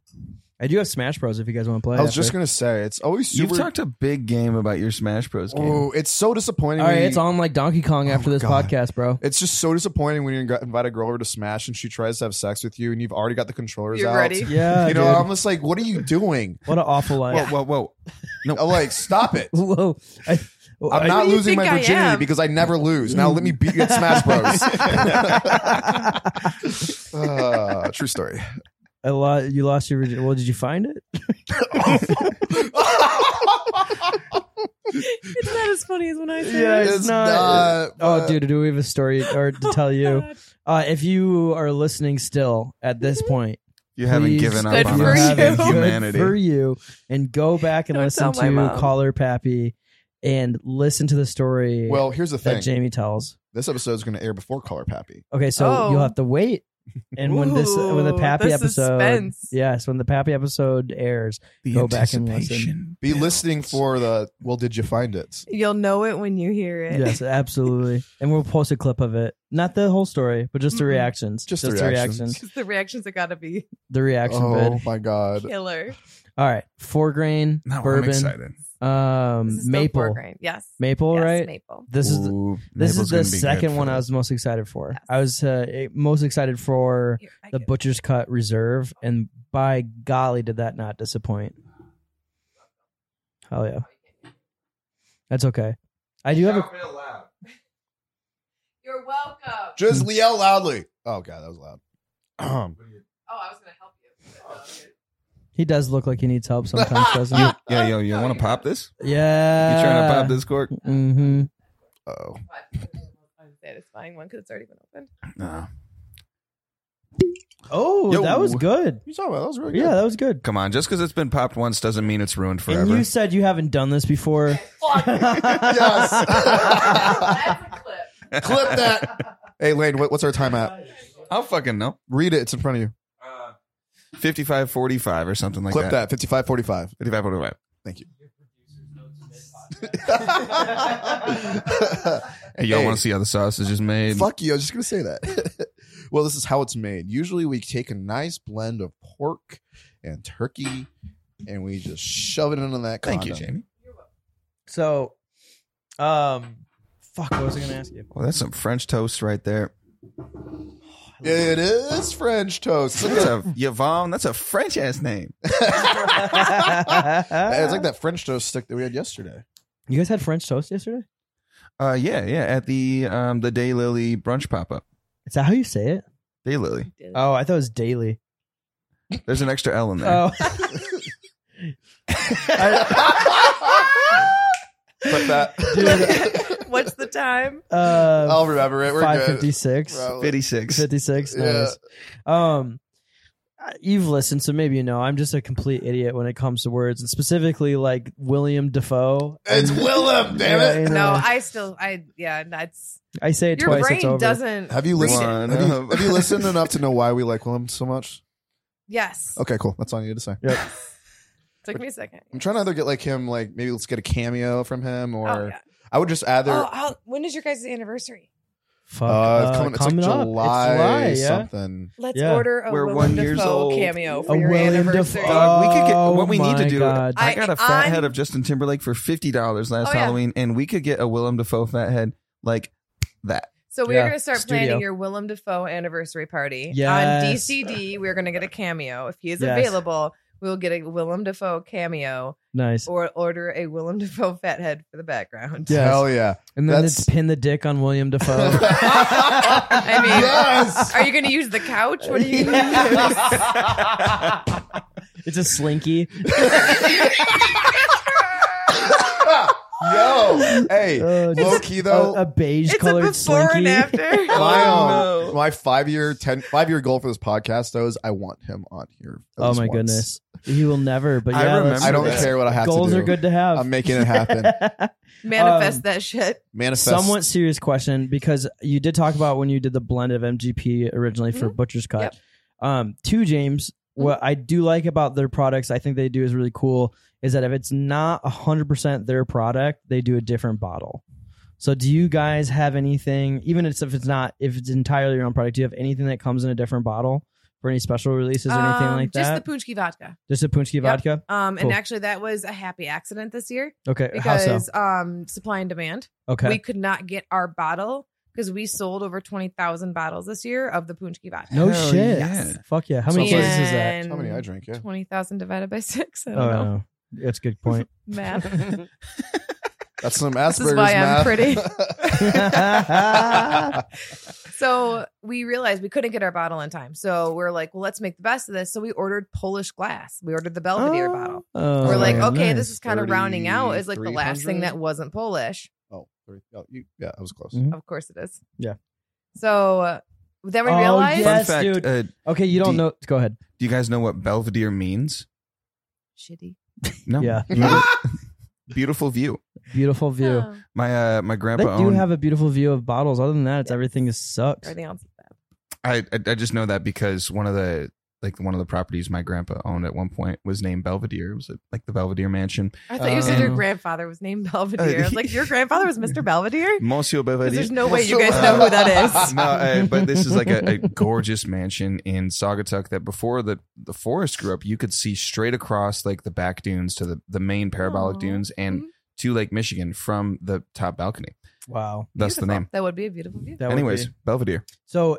A: I do have Smash Bros. If you guys want to play.
C: I was
A: after.
C: just gonna say it's always
B: You've
C: super.
B: talked a big game about your Smash Bros. game.
A: Oh,
C: Ooh, it's so disappointing.
A: All
C: when
A: right,
C: you-
A: it's on like Donkey Kong
C: Oh
A: after
C: my
A: this
C: God.
A: podcast, bro.
C: It's just so disappointing when you ing- invite a girl over to Smash and she tries to have sex with you and you've already got the controllers
D: You're
C: out.
D: ready.
A: Yeah,
C: You know,
A: dude.
C: I'm just like, what are you doing?
A: what an awful
B: whoa,
A: life.
B: whoa, whoa!
C: I'm like, stop it.
A: Whoa, I,
C: I'm
D: Who
C: not
D: do you
C: losing
D: think
C: my
D: I
C: virginity
D: am?
C: because I never lose. Now let me beat you at Smash Bros. uh, true story.
A: I lo- you lost your virginity. Well, did you find it?
D: it's not as funny as when I said.
A: Yeah,
D: it.
A: It's
C: it's,
A: not-
C: not.
A: Oh,
C: uh,
A: dude, do we have a story or to tell you? Uh, if you are listening still at this point,
B: You haven't
A: Please.
B: given up
D: Good
B: on
D: for
B: us
D: you.
B: and
A: Good
B: humanity.
A: for you, and go back and
D: Don't
A: listen
D: tell my
A: to
D: mom.
A: Caller Pappy and listen to the story
C: Well, here's the
A: that
C: thing.
A: Jamie tells.
C: this episode is going to air before Color Pappy.
A: Okay, so
D: Oh.
A: you'll have to wait. And when this, when the
D: Ooh,
A: Pappy
D: the
A: episode,
D: suspense.
A: yes, when the Pappy episode airs,
B: The
A: Go back and
B: anticipation.
C: Be listening for the. Well, did you find it?
D: You'll know it when you hear it.
A: Yes, absolutely. And we'll post a clip of it. Not the whole story, but just the
D: Mm-mm.
A: reactions.
C: Just the reactions.
D: Because the reactions have got to be
A: The reaction
C: oh
A: bid.
C: my god!
D: killer.
A: All right. Four grain
B: Now I'm
A: bourbon.
B: excited.
A: Um
D: This is still four
A: maple.
D: grain. Yes.
A: Maple,
D: Yes,
A: right?
D: Maple.
A: This is the,
B: Ooh,
A: this
B: Maple's
A: is the
B: gonna be good
A: second
B: for
A: one I
B: that.
A: was most excited for.
D: Yes.
A: I was uh, eh, most excited for
D: Here, I
A: the
D: get-
A: Butcher's Cut Reserve and by golly did that not disappoint. Hell yeah. That's okay. I do have a
D: You're welcome.
C: Just yell loudly. Oh god, that was loud. Um,
D: Oh, I was gonna help you.
A: he does look like he needs help sometimes, doesn't he?
B: Yeah, yo, you want to pop this?
A: Yeah.
B: You trying
A: Uh,
B: to pop this cork?
A: Mm-hmm.
C: oh,
D: Satisfying one because it's already been opened.
B: No.
A: Oh,
B: Yo.
A: that was good.
C: you talking about that was really
A: Yeah,
C: good.
A: that was good.
B: Come on, just because it's been popped once doesn't mean it's ruined forever.
A: And you said you haven't done this before.
C: Yes.
D: a clip.
C: Clip that. Hey Lane, what, what's our time at?
B: I'll fucking know.
C: Read it. It's in front of you.
B: 55 45 or something like
C: Clip
B: that.
C: that. Fifty-five forty-five.
B: 55 45. Hey, y'all
C: Hey.
B: want to see how the sausage is made?
C: Fuck you. I was just going to say that. well, this is how it's made. Usually we take a nice blend of pork and turkey and we just shove it into that
B: Thank you,
C: condom.
B: Jamie.
A: So, um, fuck, what was I going to ask you?
B: Oh, Well, that's some French toast right there.
A: I
C: It is French toast.
B: That's a Yvonne. That's a French ass name.
C: Hey, it's like that French toast stick that we had yesterday.
A: You guys had French toast yesterday?
B: Uh, yeah, yeah. At the um the Daylily brunch pop up.
A: Is that how you say it?
B: Daylily.
A: Oh, I thought it was daily.
B: There's an extra L in there.
A: Oh,
C: But that,
D: What's the time?
A: uh,
C: I'll remember it. We're
A: five
C: good.
A: fifty six.
C: Probably.
B: 56.
A: 56
C: Yeah.
A: nice. um you've listened so maybe you know i'm just a complete idiot when it comes to words and specifically like william defoe
C: It's
A: And
C: Willem, damn
A: Yeah,
C: it.
A: I
D: No,
A: know.
D: I still, I yeah, that's
A: i say it
D: your
A: twice it's
D: brain
A: over
D: doesn't.
C: Have you
B: Read
C: listened?
B: it.
C: Have you, have you listened enough to know why we like Willem so much?
D: Yes,
C: Okay, cool. That's all I need to say.
A: Yep.
D: took me a second.
C: I'm trying to either get like him, like maybe let's get a cameo from him, or
D: Oh, yeah.
C: I would just either.
D: oh how, when is your guys' anniversary?
A: Fuck,
C: uh,
A: uh,
C: it's coming, it's
A: up. It's
C: like July,
A: yeah
C: something.
D: Let's
A: Yeah.
D: order a
B: We're
D: Willem
B: one
D: Dafoe
B: years old.
D: cameo for
A: a
D: your
A: william
D: anniversary.
A: defoe
B: Dog, we could get what we need
A: Oh my
B: to do.
A: God.
B: I got a fat
D: I-
B: head of Justin Timberlake for fifty dollars last
D: Oh, yeah.
B: Halloween, and we could get a Willem Dafoe fat head like that.
D: So we're
A: Yeah,
D: gonna start
A: studio.
D: planning your Willem Dafoe anniversary party
A: Yes.
D: on DCD. We're gonna get a cameo if he is
A: Yes.
D: available. We'll get a Willem Dafoe cameo
A: nice
D: or order a Willem Dafoe fathead for the background.
A: Yes.
C: Hell yeah!
A: and then
C: that's-
A: it's pin the dick on william defoe
D: I mean,
C: yes.
D: are you gonna use the couch? What are you? Gonna use?
A: it's a slinky
C: Yo, hey,
A: uh,
C: low
A: just
C: key
A: a,
C: though,
A: a beige
D: It's a
A: colored
D: before
A: slinky
D: and after.
C: my
B: Oh,
C: um,
B: no.
C: my five year ten five year goal for this podcast though is I want him on here. at
A: oh
C: least
A: my
C: once.
A: goodness he will never but yeah
B: I
A: let's-
B: remember
C: I don't
B: that.
C: care what I have
A: goals
C: to do.
A: are good to have
C: I'm making it happen.
D: Manifest
A: Um,
D: that shit.
C: Manifest.
A: somewhat serious question because you did talk about when you did the blend of MGP originally for Butcher's Cut.
D: Mm-hmm. Yep. Mm-hmm.
A: Um, two James, what I do like about their products, I think they do is really cool, is that if it's not hundred percent their product, they do a different bottle. So do you guys have anything, even if it's- if it's not if it's entirely your own product, do you have anything that comes in a different bottle for any special releases or anything
D: Um,
A: like
D: Just
A: that?
D: the Punchki vodka.
A: just a Punchki
D: Yep.
A: vodka?
D: Um, and
A: Cool.
D: actually, that was a happy accident this year
A: Okay. How so?
D: because um, supply and demand.
A: Okay.
D: We could not get our bottle because we sold over twenty thousand bottles this year of the Punchki vodka.
A: no
B: Hell
A: shit.
B: yeah.
A: Fuck yeah. How many
B: So-
A: cases is that?
C: That's How many I drink? Yeah.
D: Twenty thousand divided by six. I
A: Oh
D: don't know
A: no. That's a good point.
D: math.
C: That's some Asperger's
D: This is why I'm
C: math.
D: pretty.
A: That's
D: So we realized we couldn't get our bottle in time. So we're like, well, let's make the best of this. So we ordered Polish glass. We ordered the Belvedere bottle.
A: Oh,
D: We're like,
A: nice.
D: okay, this is kind of rounding out. It's like the last thing
C: 3,300?
D: that wasn't Polish.
C: oh, three, oh you, yeah, I was close.
A: Mhm.
D: Of course it is.
A: Yeah.
D: So uh, then we
A: Oh,
D: realized
B: Fun
A: Yes,
B: fact:
A: dude.
B: Uh,
A: okay. You don't
B: D-
A: know. Go ahead.
B: Do you guys know what Belvedere means?
D: shitty.
B: No.
A: Yeah,
B: Beautiful view.
A: beautiful view.
D: Oh,
B: My uh, my
A: They
B: grandpa
A: do
B: owned.
A: have a beautiful view of bottles. Other than that, it's
D: Yeah.
A: everything is sucks.
D: everything else is bad.
B: I, I I just know that because one of the like one of the properties my grandpa owned at one point was named Belvedere. It was uh, like the Belvedere Mansion.
D: I thought you said
B: Oh.
A: Um,
D: your grandfather was named Belvedere. I was like, your grandfather was Mr. Belvedere?
B: Monsieur
D: Because
B: Belvedere.
D: there's no way you guys know who that is.
B: no, uh, but this is like a, a gorgeous mansion in Saugatuck that before the, the forest grew up, you could see straight across like the back dunes to the, the main parabolic
D: Aw.
B: dunes and
A: Mm-hmm.
D: Mhm.
B: to Lake Michigan from the top balcony.
A: Wow.
B: That's the
D: Beautiful.
B: name.
D: That would be a beautiful view.
A: That would
B: Anyways,
A: be-
B: Belvedere.
A: so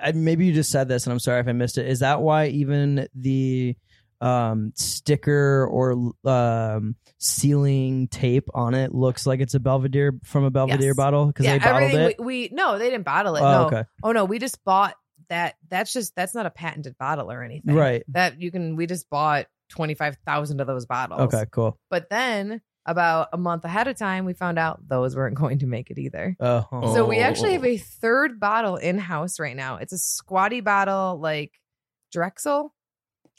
A: I, maybe you just said this, and I'm sorry if I missed it. Is that why even the um, sticker or um, sealing tape on it looks like it's a Belvedere from a Belvedere
D: Yes.
A: bottle because they bottled
D: everything
A: it?
D: We, we no, they didn't bottle it.
A: Oh,
D: no.
A: okay.
D: Oh no, we just bought that. That's just that's not a patented bottle or anything.
A: Right.
D: That you can. We just bought twenty five thousand of those bottles.
A: Okay. Cool.
D: But then about a month ahead of time, we found out those weren't going to make it either.
A: Oh.
D: So we actually
B: Oh.
D: have a third bottle in house right now. It's a squatty bottle like Drexel.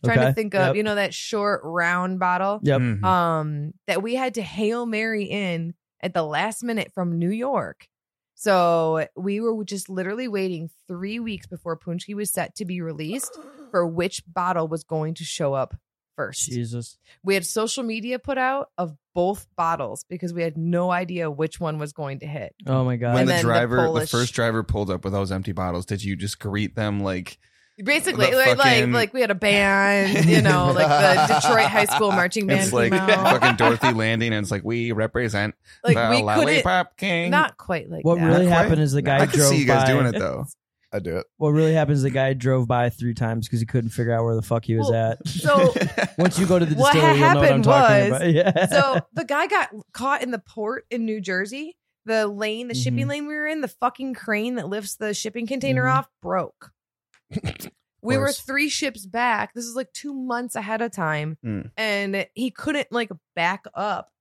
D: Trying
A: Okay.
D: to think
A: Yep.
D: of you know that short round bottle.
A: Yep.
B: Mhm.
D: um that we had to hail mary in at the last minute from new york so we were just literally waiting three weeks before punchki was set to be released for which bottle was going to show up first
A: Jesus.
D: we had social media put out of both bottles because we had no idea which one was going to hit
A: Oh my God.
B: when
D: and
B: the
D: then the
B: driver, the,
D: Polish-
B: first driver pulled up with those empty bottles, did you just greet them like,
D: basically
B: The
D: like, like
B: fucking-
D: like we had a band you know like the detroit high school marching band
B: it's
D: came
B: like
D: out.
B: fucking Dorothy Landing and it's like, we represent
D: like
B: the
D: we couldn't
B: Lollipop King?
D: not quite like
A: What
D: that.
A: really
B: Not quite.
A: happened is the
B: No,
A: guy
B: I could
A: drove
B: see you guys
A: by-
B: doing it though.
C: I do it.
A: What really happens is the guy drove by three times because he couldn't figure out where the fuck he was
D: Well,
A: at.
D: So
A: Once you go to the
D: What
A: distillery, you'll know what I'm
D: happened
A: talking
D: was-
A: about. Yeah.
D: so the guy got caught in the port in New Jersey. The lane, the shipping
A: Mhm.
D: lane we were in, the fucking crane that lifts the shipping container
A: Mhm.
D: off broke. we were
B: course.
D: three ships back. This is like two months ahead of time.
B: Mm.
D: And he couldn't like back up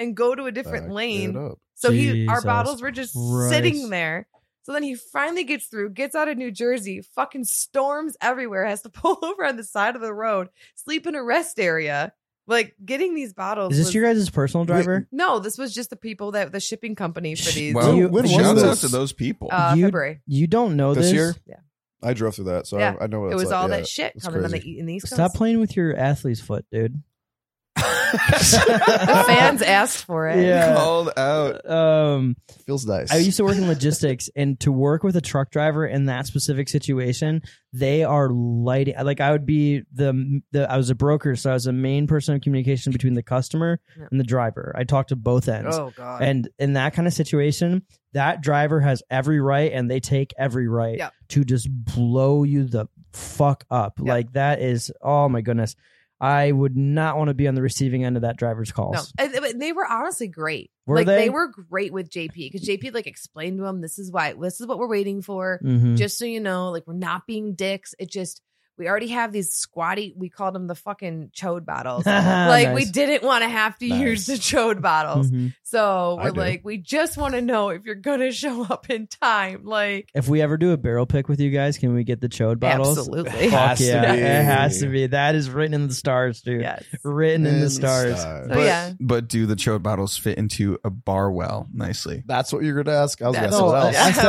D: and go to a different
C: Back it
D: lane.
C: up.
D: So he our
A: Jesus
D: bottles were just
A: Christ.
D: sitting there. So then he finally gets through, gets out of New Jersey, fucking storms everywhere, has to pull over on the side of the road, sleep in a rest area. Like getting these bottles.
A: is this
D: was-
A: your guys' personal driver?
D: No, this was just the people that the shipping company for these.
B: Wow.
A: You-
C: when was
B: Shouts out
C: this?
B: to those people.
D: uh,
A: you-
D: February.
A: You don't know Oh, this.
C: This year?
D: Yeah.
C: I drove through that, so
D: Yeah.
C: I, I know what
D: It
C: it's
D: was
C: like.
D: all
C: Yeah.
D: that shit
C: it's
D: coming on
C: crazy.
D: the in the East
A: Stop
D: Coast.
A: playing with your athlete's foot, dude.
D: The fans asked for it.
A: Yeah.
B: Called out.
A: Um,
C: Feels nice.
A: I used to work in logistics, and to work with a truck driver in that specific situation, they are lighting. Like I would be the the I was a broker, so I was the main person of communication between the customer
D: Yeah.
A: and the driver. I talked to both ends,
D: Oh god.
A: and in that kind of situation, that driver has every right, and they take every right
D: Yeah.
A: to just blow you the fuck up.
D: Yeah.
A: Like that is oh my goodness, I would not want to be on the receiving end of that driver's
D: No,
A: calls.
D: and- and they were honestly great.
A: Were
D: like
A: they?
D: they? were great with JP because JP like explained to him, "This is why. This is what we're waiting for.
A: Mhm.
D: Just so you know, like we're not being dicks. It just we already have these squatty. We called them the fucking chode bottles. like we
A: Ah, Nice.
D: didn't want to have to use the chode bottles.
A: Mhm.
D: So
C: I
D: we're
C: do.
D: like, we just want to know if you're gonna show up in time. Like
A: If we ever do a barrel pick with you guys, can we get the chode bottles?
D: absolutely,
C: Fuck
A: Fuck
C: Has to
A: yeah,
C: be.
A: it has to be. That is written in the stars, dude.
D: yes.
A: Written in,
C: In
A: the
C: the
A: stars.
C: stars.
D: So
B: But-
D: Oh, yeah,
B: But do the chode bottles fit into a bar well nicely?
C: That's what you're gonna ask. I was gonna
D: That's
C: ask
A: No,
C: what
A: an
C: else.
D: yeah.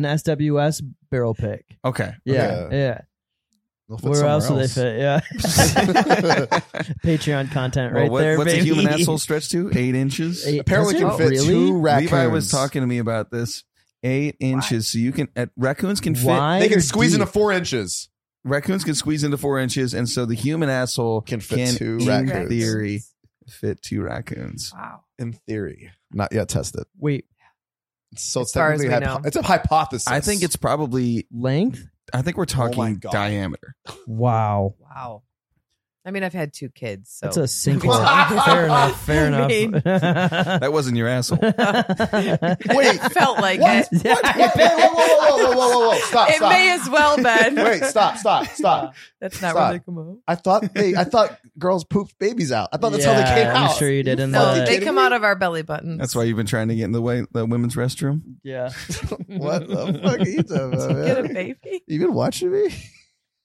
A: SWS,
D: What-
A: an SWS barrel pick.
B: Okay.
A: Yeah,
C: Okay.
A: yeah.
C: They'll fit
A: Where
C: somewhere
A: else do they fit? Yeah, Patreon content right
B: Well, what-
A: there,
B: what's
A: baby.
B: a human asshole stretch to? Eight inches.
A: Eight-
C: Apparently,
A: Does
C: can
A: it
C: fit
A: really?
C: two raccoons.
B: Levi was talking to me about this. Eight inches, so you can uh, raccoons can fit.
A: Wide
C: They
A: or
C: can squeeze
A: deep?
C: into four inches.
B: Raccoons can squeeze into four inches, and so the human asshole
C: Can fit two
B: in
C: raccoons.
B: theory fit two raccoons.
D: Wow.
C: In theory, not yet tested.
A: Wait,
C: So
D: As far as
C: technically,
D: we
C: hypo-
D: know.
C: it's a hypothesis.
B: I think it's probably.
A: length?
B: I think we're
D: Oh
C: my
B: talking
C: God.
B: diameter.
A: Wow,
D: Wow. I mean, I've had two kids, so
A: that's a sinkhole. fair enough. Fair
D: I
A: enough.
D: mean-
B: That wasn't your asshole.
C: Wait.
D: it felt like
C: What?
D: it.
C: Whoa, whoa, whoa, whoa, whoa, whoa, whoa, whoa! Stop!
D: It
C: stop.
D: may as well been.
C: Wait! Stop! Stop! Stop!
D: That's not
C: Stop.
D: where they come out.
C: I thought they. I thought girls pooped babies out. I thought that's how they came
A: I'm
C: out.
A: sure you did in
D: No,
A: the
C: fucking
D: they
C: kidding
D: come
C: me?
D: out of our belly buttons.
B: That's why you've been trying to get in the way the women's restroom.
A: yeah.
C: what the fuck are you talking about,
D: Get a
C: man?
D: baby.
C: You been watching me?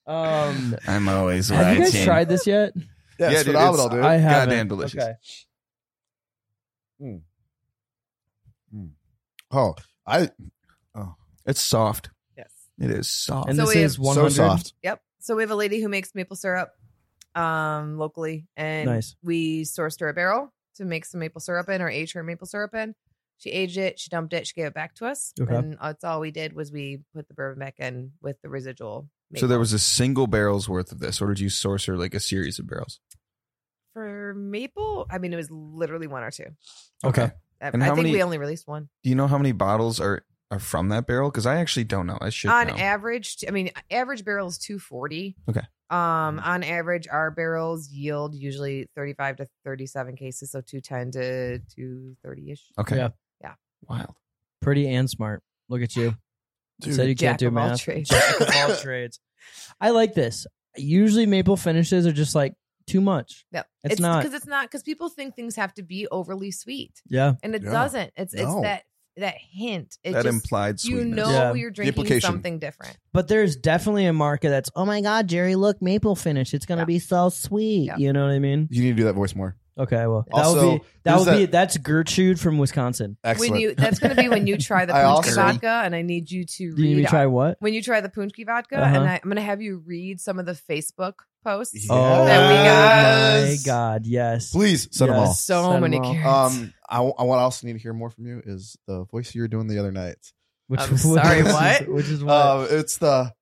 A: Um,
B: I'm always
A: have
B: right.
A: you guys tried this yet?
C: Yeah,
B: Yeah,
C: it's
B: dude,
C: phenomenal,
B: it's-
C: dude.
A: I haven't.
B: Goddamn delicious.
A: Okay.
C: oh, I
B: It's soft.
D: Yes.
B: It is soft.
A: And
D: So
A: this
D: we
A: is
D: have-
A: one
C: so
A: hundred.
C: soft.
D: Yep. So we have a lady who makes maple syrup um locally and
A: Nice.
D: we sourced her a barrel to make some maple syrup in or age her maple syrup in. She aged it, she dumped it, she gave it back to us.
A: Okay.
D: And that's all we did was we put the bourbon back in with the residual.
B: so there
D: maple.
B: was a single barrel's worth of this, or did you source her like a series of barrels?
D: for maple, I mean it was literally one or two.
A: Okay.
D: I,
B: And
D: I
B: how
D: think
B: many-
D: we only released one.
B: Do you know how many bottles are, are from that barrel? Because I actually don't know. I should
D: on
B: know.
D: average i mean average barrel is 240
B: Okay.
D: um on average our barrels yield usually 35 to 37 cases so 210 to 230ish
B: okay.
A: Yeah.
D: Yeah.
B: Wild.
A: Pretty and smart. Look at you.
C: Dude,
A: Said you can't
D: Jack
A: do
D: of all
A: math.
D: trades.
A: Jack of all trades. I like this. Usually maple finishes are just like too much.
D: yep
A: It's not.
D: because it's not because people think things have to be overly sweet
A: Yeah.
D: and it
C: Yeah.
D: doesn't it's
C: No.
D: it's that that hint it
B: that
D: just
B: implied
D: you
B: sweetness.
D: know
A: Yeah.
D: you're drinking
C: implication.
D: something different
A: But there's definitely a market that's, oh my God, Jerry, look, maple finish. It's going to
D: Yeah.
A: be so sweet.
D: Yeah.
A: You know what I mean?
C: You need to do that voice more.
A: Okay. Well, that
C: Also,
A: would be, that
C: there's
A: would be,
C: that-
A: that's Gertrude from Wisconsin.
C: Excellent.
D: when you that's going to be when you try the
C: I
D: punch
C: also-
D: vodka and i need you to
A: Do you need me
D: read
A: to try what?
D: when you try the punchki vodka,
A: Uh-huh.
D: and I, I'm going to have you read some of the Facebook posts.
C: Yeah. Oh,
D: That
A: my
C: Yes.
A: God. Yes.
C: Please send them all.
A: Yes.
D: So
A: Oh. Send
D: many
A: them all.
D: characters.
C: Um, I, w- I want also need to hear more from you is the voice you were doing the other night.
A: Which,
D: I'm sorry,
A: which is-
D: what?
A: Which is what?
C: Uh, it's the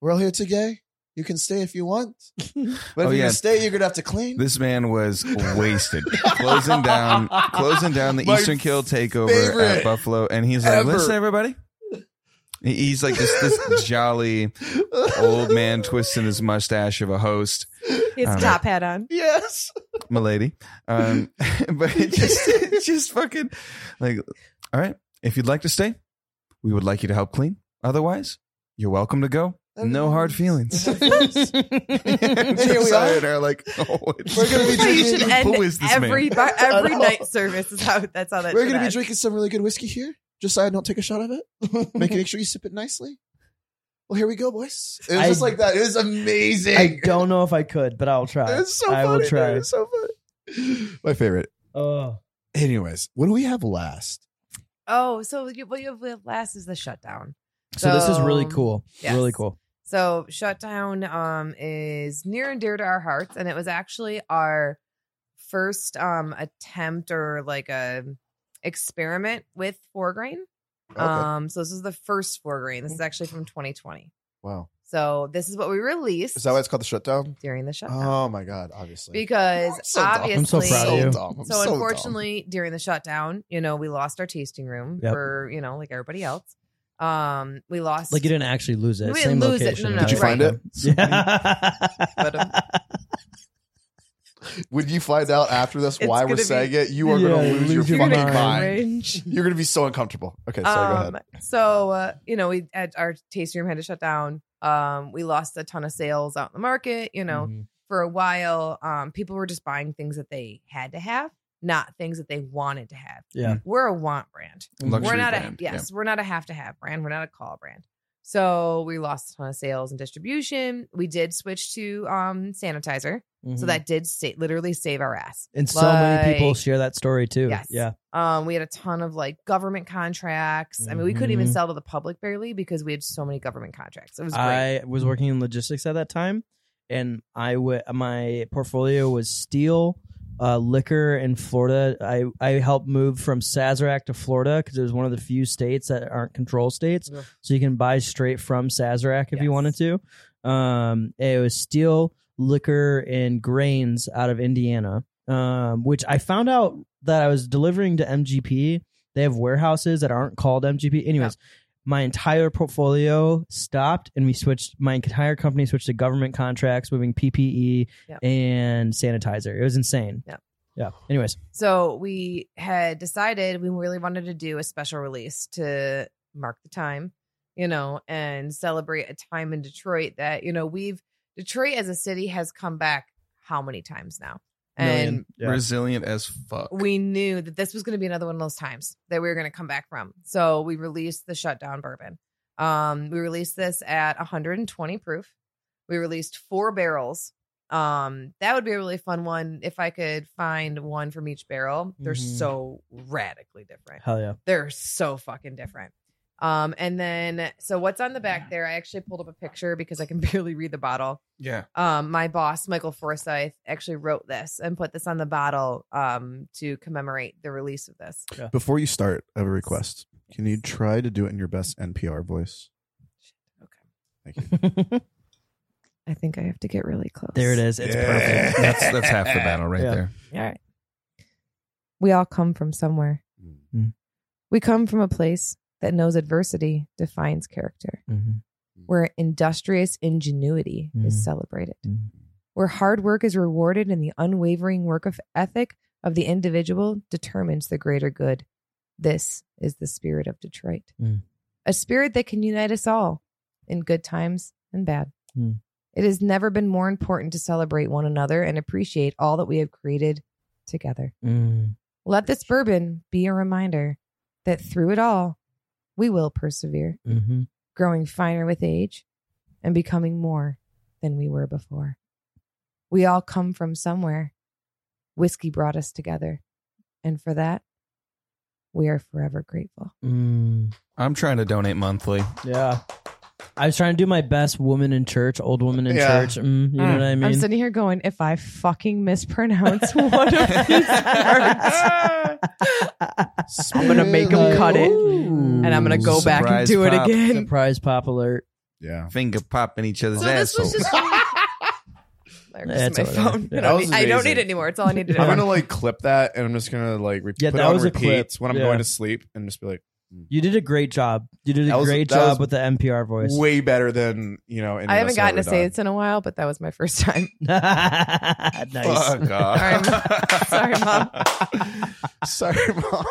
C: we're all here today. You can stay if you want, but if
B: Oh,
C: you
B: yeah.
C: can stay, you're gonna have to clean.
B: This man was wasted, closing down, closing down the
C: My
B: Eastern Kill takeover
C: favorite
B: at Buffalo, and he's like,
C: ever.
B: "Listen, everybody, He's like this this jolly old man twisting his mustache of a host,
D: His
B: Um,
D: top hat on.
C: Yes.
B: milady. Um, but it just it just fucking like, all right. If you'd like to stay, we would like you to help clean. Otherwise, you're welcome to go. No hard feelings. and
C: here we
B: Josiah
C: are.
B: and I are like, oh, it's-
C: We're gonna be
D: So you should
C: Who
D: end
B: is this man?
D: every bar,
C: I
D: every
C: know.
D: night service. Is how that's how that
C: We're
D: should
C: gonna be
D: end.
C: drinking some really good whiskey here. Josiah, don't take a shot of it. Make make sure you sip it nicely. Well, here we go, boys. It was
A: I-
C: just like that. It was amazing.
A: I don't know if I could, but I'll try.
C: It's so
A: I
C: funny.
A: will
C: dude.
A: try.
C: It's so funny. My favorite.
A: Oh,
C: Anyways, what do we have last?
D: Oh, so you, what you have last is the shutdown.
A: so this is really
D: So,
A: cool.
D: yes.
A: Really cool.
D: So shutdown um, is near and dear to our hearts, and it was actually our first um, attempt or like a experiment with four grain. Um, so this is the first four grain. This is actually from 2020.
C: wow.
D: So this is what we released
C: Mm-hmm. Is that why it's called the shutdown?
D: during the shutdown
C: Oh my god, obviously.
D: because
C: I'm so dumb.
D: obviously
A: I'm so proud of you.
C: dumb. I'm
D: so,
C: dumb.
D: unfortunately during the shutdown you know we lost our tasting room
A: Yep.
D: for you know like everybody else um we lost
A: Like you didn't actually lose it.
D: We
A: Same
D: didn't lose it. No,
A: location.
D: no, Did you
C: right. find it?
D: But, um,
A: Yeah.
C: when you find out after this
D: It's
C: why we're
D: gonna be-
C: saying it, you are gonna
A: Yeah,
C: lose, your,
D: You're
C: fucking
D: gonna
A: mind.
C: mind.
D: cringe.
C: You're gonna be so uncomfortable. Okay, sorry, go ahead.
D: Um, so uh, you know we at our tasting room had to shut down um we lost a ton of sales out in the market you know
A: Mhm.
D: for a while um people were just buying things that they had to have not things that they wanted to have
A: Yeah.
D: we're a want brand
B: Luxury
D: we're not
B: brand,
D: a
B: yeah.
D: yes, we're not a have to have brand. We're not a call brand. So we lost a ton of sales and distribution. We did switch to um sanitizer, so
A: Mhm.
D: that did sa- literally save our ass.
A: and so many people
D: like-
A: share that story too.
D: Yes.
A: Yeah.
D: Um, we had a ton of like government contracts. I mean, we couldn't even
A: Mhm.
D: sell to the public barely because we had so many government contracts. It was great.
A: I was working in logistics at that time, and I w- my portfolio was steel, uh, liquor, and Florida. I I helped move from Sazerac to Florida because it was one of the few states that aren't control states,
D: Ugh.
A: so you can buy straight from Sazerac if you
D: Yes.
A: wanted to. Um, it was steel, liquor, and grains out of Indiana, um, which I found out that I was delivering to MGP. They have warehouses that aren't called MGP. Anyways, my entire portfolio stopped and we switched my entire company switched to government contracts moving ppe
D: Yep.
A: and sanitizer it was insane
D: Yep.
A: yeah anyways
D: So we had decided we really wanted to do a special release to mark the time, you know, and celebrate a time in Detroit that, you know, we've Detroit as a city has come back how many times now? And
A: Million. Yeah.
B: Resilient as fuck.
D: we knew that this was going to be another one of those times that we were going to come back from. So we released the shutdown bourbon. Um, we released this at 120 proof. We released four barrels. Um, that would be a really fun one if I could find one from each barrel. They're
A: Mhm.
D: so radically different.
A: hell yeah
D: They're so fucking different. Um, and then so what's on the back there? I actually pulled up a picture because I can barely read the bottle
B: yeah.
D: um, my boss Michael Forsyth actually wrote this and put this on the bottle um, to commemorate the release of this.
C: Before you start, I have a request. Can you try to do it in your best NPR voice?
D: Okay,
C: Thank you.
D: I think I have to get really close.
A: there it is it's
C: Yeah.
A: perfect
B: That's that's half the battle right
A: Yeah.
B: there.
D: All right, we all come from somewhere.
A: Mm.
D: We come from a place that knows adversity defines character,
A: Mhm.
D: where industrious ingenuity
A: Mm.
D: is celebrated,
A: Mm.
D: where hard work is rewarded, and the unwavering work of ethic of the individual determines the greater good. This is the spirit of Detroit.
A: Mm.
D: A spirit that can unite us all in good times and bad.
A: Mm.
D: It has never been more important to celebrate one another and appreciate all that we have created together.
A: Mm.
D: Let this bourbon be a reminder that through it all, we will persevere,
A: Mhm.
D: growing finer with age and becoming more than we were before. We all come from somewhere. Whiskey brought us together. And for that, we are forever grateful.
A: Mm.
B: I'm trying to donate monthly.
A: yeah i was trying to do my best woman in church old woman in
C: Yeah.
A: church mm, you know what i
D: I'm
A: mean
D: sitting here going, if I fucking mispronounce one of these words, I'm gonna make 'em cut it, and I'm gonna go back and
B: Surprise
D: do it
B: pop.
D: again.
A: surprise pop alert
C: Yeah.
B: Finger popping each other's
D: So this was
B: assholes.
D: just. There's
A: That's
D: my
A: all right.
D: phone.
A: Yeah.
C: That
D: I, don't
C: was
D: need, I don't
C: amazing.
D: need it anymore. It's all I need to do.
C: I'm gonna like clip that, and I'm just gonna like re-
A: Yeah,
C: put
A: that
C: it on
A: was a
C: repeat
A: clip.
C: when I'm
A: Yeah.
C: going to sleep, and just be like,
A: You did a great job. You did a
C: That was-
A: great
C: that
A: job
C: was-
A: with the NPR voice.
C: Way better than you know.
D: I haven't gotten to say
C: it's.
D: this in a while, but that was my first time.
A: nice.
B: Fuck off.
D: Sorry, Mom.
C: Sorry, mom.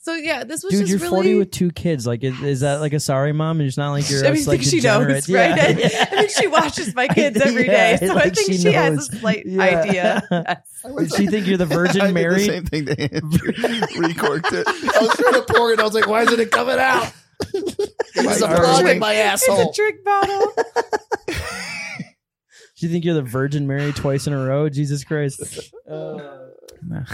D: So yeah, this was
A: Dude,
D: just
A: you're 40
D: really-
A: with two kids. Like, is, is that like a sorry mom? And it's not like you're.
D: I mean, I
A: just, like,
D: think she
A: degenerate.
D: knows,
A: Yeah.
D: right? I think she watches my
A: I
D: kids
A: think-
D: every day,
A: yeah,
D: so I
A: like
D: think
A: she
D: she, has
A: knows.
D: a slight
A: Yeah.
D: idea. Yes.
A: Did she think you're the Virgin
B: I did
A: Mary?
B: The same thing to Andrew. Recorked it.
C: I was trying to pour it. I was like, why isn't it coming out? There's a
B: Sorry.
C: frog in my asshole.
D: It's a trick bottle.
A: Do you think you're the Virgin Mary twice in a row? Jesus Christ. Uh,
B: No.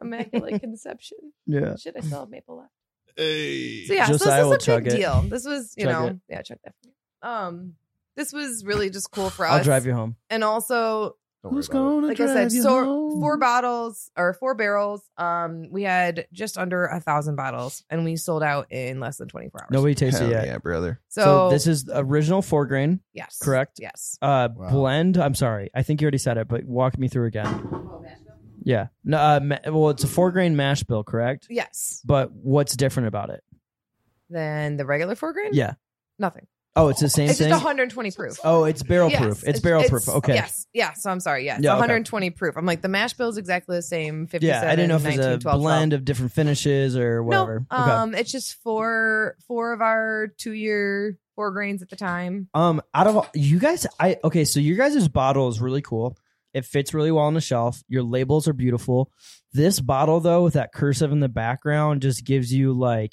D: Immaculate conception.
A: yeah.
D: Should I still have maple left?
C: Hey.
D: So yeah,
A: Josiah
D: so
A: will
D: this is a
A: chug
D: big
A: it.
D: deal. This was, you
A: Chug
D: know,
A: it.
D: yeah, check that. Um, this was really just cool for us.
A: I'll drive you home.
D: And also,
B: Who's going
D: like I said, so four bottles or four barrels. Um, we had just under a thousand bottles, and we sold out in less than twenty four hours.
A: Nobody tasted
B: Hell
A: it yet.
B: yeah, brother.
A: So, this is the original four grain,
D: yes,
A: correct?
D: Yes.
A: uh,
C: Wow.
A: blend. I'm sorry. I think you already said it, but walk me through again.
D: Oh,
A: Yeah. No, uh, ma- well, it's a four grain mash bill, correct?
D: Yes.
A: But what's different about it?
D: Then the regular four grain?
A: Yeah.
D: Nothing.
A: Oh, it's the same
D: It's
A: thing.
D: just 120 proof.
A: oh, it's barrel
D: Yes,
A: proof. It's, barrel proof. Okay.
D: Yes. Yeah. So I'm sorry. Yeah. It's
A: Yeah, okay.
D: 120 proof. I'm like, the mash bill is exactly the same. 57,
A: Yeah, I didn't know if
D: 19,
A: it's a
D: 12,
A: blend of different finishes or
D: 12.
A: whatever.
D: No.
A: okay.
D: Um, It's just four four of our two year four grains at the time.
A: Um, out of all- you guys, I okay. So your guys' bottle is really cool. It fits really well on the shelf. Your labels are beautiful. This bottle though, with that cursive in the background, just gives you like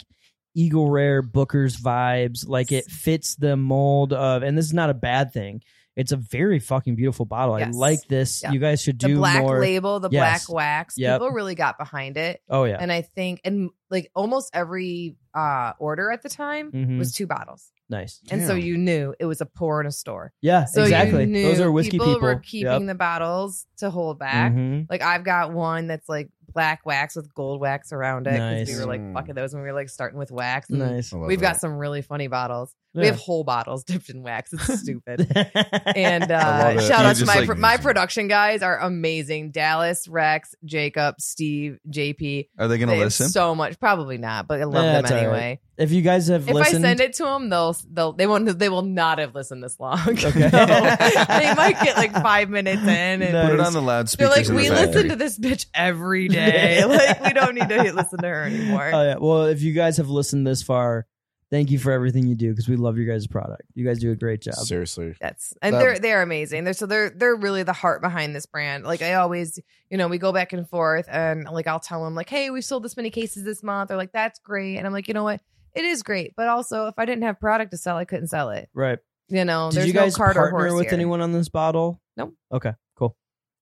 A: Eagle Rare Booker's vibes. Like it fits the mold of, and this is not a bad thing. It's a very fucking beautiful bottle. I
D: Yes.
A: like this.
D: Yeah.
A: You guys should
D: The
A: do
D: black
A: more.
D: label, the
A: Yes.
D: black wax.
A: Yep.
D: People really got behind it.
A: Oh yeah,
D: And I think, and like almost every uh order at the time
A: Mhm.
D: was two bottles.
A: nice.
D: And so
C: Damn.
D: you knew it was a pour in a store.
A: Yeah,
D: So
A: exactly.
D: you knew
A: Those are whiskey
D: people,
A: people.
D: were keeping
A: Yep.
D: the bottles to hold back.
A: Mhm.
D: Like I've got one that's like black wax with gold wax around it. 'cause
A: Nice.
D: We were like
C: Mm.
D: fucking those when we were like starting with wax. And
A: Nice.
D: We've got some really funny bottles. Mm. We have whole bottles dipped in wax. It's stupid. And
C: I love
D: uh,
C: it.
D: shout
B: You're
D: out to
B: just,
D: my
B: like,
D: pro- my
B: amazing.
D: production guys are amazing. Dallas, Rex, Jacob, Steve, JP.
B: Are they going to
D: They have
B: listen?
D: so much. Probably not, but I love
A: Yeah,
D: them
A: that's all right.
D: anyway.
A: if you guys have
D: If
A: listened,
D: I send it to them, they'll they'll they won't they will not have listened this long.
A: Okay.
D: No. they might get like five minutes in and
A: No.
B: Put it on the
D: They're
B: loudspeakers.
D: like,
B: in the
D: we listen
B: factory.
D: to this bitch every day. like, we don't need to listen to her anymore.
A: Oh yeah. Well, if you guys have listened this far, thank you for everything you do because we love your guys' product. You guys do a great job.
C: Seriously.
D: That's and
C: That-
D: they're
A: um,
D: they're amazing. They're so they're they're really the heart behind this brand. Like I always, you know, we go back and forth, and like I'll tell them like, hey, we've sold this many cases this month. They're like, that's great, and I'm like, you know what, it is great, but also if I didn't have product to sell, I couldn't sell it.
A: Right.
D: You know,
A: Did
D: there's
A: you guys
D: no cart or
A: partner
D: horse
A: with
D: here.
A: anyone on this bottle?
D: Nope.
A: Okay. Cool.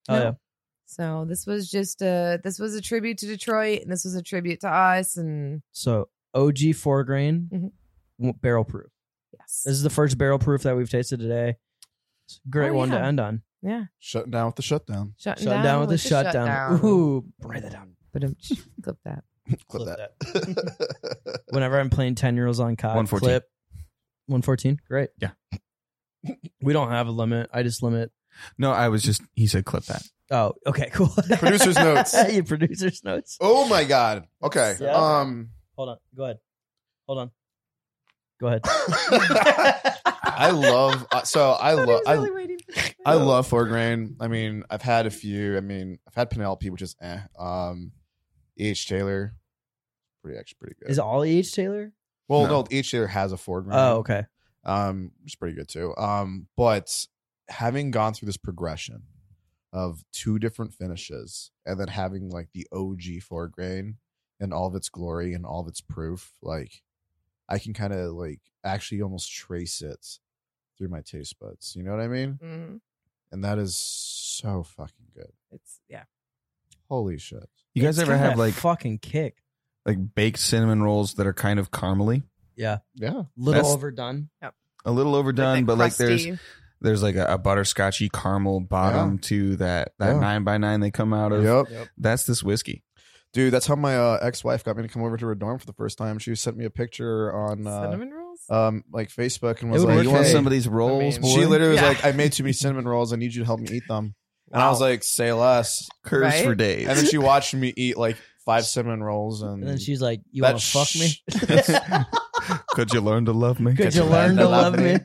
A: Oh
D: No.
A: yeah.
D: So this was just a this was a tribute to Detroit, and this was a tribute to us, and
A: So OG four grain
D: Mhm.
A: w- barrel proof.
D: yes,
A: This is the first barrel proof that we've tasted today. It's a great
D: Oh,
A: one to
D: yeah.
A: end on.
D: yeah,
C: Shutting down with the shutdown.
D: shutting
A: Shut down, with, a shutdown. Ooh, write that down.
D: But um, clip that.
C: Clip
A: Clip
C: that.
A: Whenever I'm playing ten year olds on cock,
B: 114.
A: clip. One fourteen. Great.
B: Yeah.
A: we don't have a limit. I just limit
B: No, I was just, he said, clip that.
A: Oh, okay, cool.
C: Producer's notes.
A: Your producer's notes.
C: oh my god. Okay.
A: Yeah.
C: Um.
A: Hold on. Go ahead. Hold on. Go ahead.
C: I love. uh, So I love. I,
D: waiting.
C: I love four grain. I mean, I've had a few. I mean, I've had Penelope, which is eh. Um, E. H. Taylor, pretty actually pretty good.
A: Is it all E.H. Taylor?
C: well,
B: No.
C: no, E. H. Taylor has a four grain.
A: Oh, okay.
C: um, which is pretty good too. Um, but having gone through this progression of two different finishes and then having like the OG four grain and all of its glory and all of its proof, like I can kind of like actually almost trace it through my taste buds. You know what I mean?
D: Mhm.
C: And that is so fucking good.
D: It's yeah.
C: Holy shit.
B: You guys
A: It's
B: ever
A: got
B: have
A: that
B: like
A: fucking kick?
B: like baked cinnamon rolls that are kind of caramely?
C: Yeah.
A: Little
B: That's-
A: overdone.
B: A little overdone,
D: that
B: but like there's
D: crusty-
B: there's like a, a butterscotchy caramel bottom to that that
C: Yeah.
B: nine by nine they come out of.
C: Yep.
B: That's this whiskey.
C: Dude, that's how my uh, ex-wife got me to come over to her dorm for the first time. She sent me a picture on uh,
D: cinnamon rolls.
C: um like Facebook and
A: It
C: was
A: would
C: like,
A: work
B: you
A: for
B: want
A: me.
C: "Hey,
B: some of these rolls,
D: mean,
B: boy?
C: She literally was
D: Yeah.
C: like, I made too many cinnamon rolls. I need you to help me eat them. And I was like, say less.
B: curves
D: Right?
B: for days.
C: And then she watched me eat like five cinnamon rolls, and,
A: And then she's like, "You
C: that
A: want to fuck me?
C: sh- that's,
B: Could you learn to love me?
A: Could you learn to love me,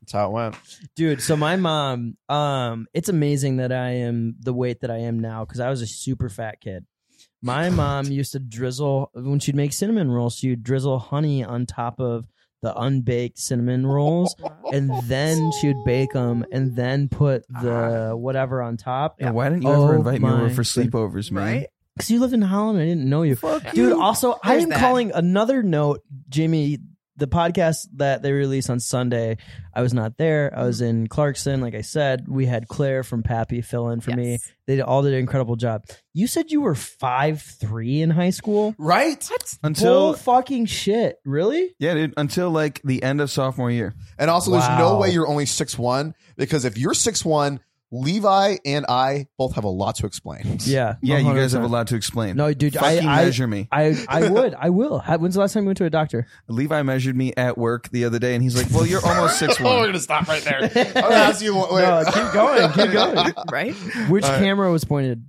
C: that's how it went.
A: dude?" So my mom, um, it's amazing that I am the weight that I am now because I was a super fat kid. My mom used to drizzle when she'd make cinnamon rolls. She'd drizzle honey on top of the unbaked cinnamon rolls, and then she would bake them, and then put
B: Ah.
A: the whatever on top.
B: And why didn't you
A: Oh
B: ever invite me over
A: my
B: for sleepovers, man?
D: Right?
A: Because you lived in Holland, I didn't know you. Dude, also, I
D: There's
A: am
D: that.
A: calling another note, Jimmy. The podcast that they release on Sunday, I was not there. I was
B: Mm.
A: in Clarkson, like I said. We had Claire from Pappy fill in for me.
D: Yes.
A: They did- all did an incredible job. You said you were five three in high school.
C: Right?
D: What?
A: Bull
B: Until
A: fucking shit, really?
B: yeah, dude, until like the end of sophomore year.
C: And also, there's no
A: Wow.
C: way you're only six one because if you're six one, Levi and I both have a lot to explain.
A: Yeah,
B: Yeah, you guys have a
A: 100%.
B: lot to explain.
A: No, dude, I,
B: Fucking
A: I,
B: measure me.
A: I, I would, I will. Ha- When's the last time you went to a doctor?
B: Levi measured me at work the other day, and he's like, "Well, you're almost six one."
C: gonna stop right there. I'm gonna ask you. Wait.
A: No, keep going, keep going.
D: Right?
A: Which
C: Uh,
A: camera was pointed?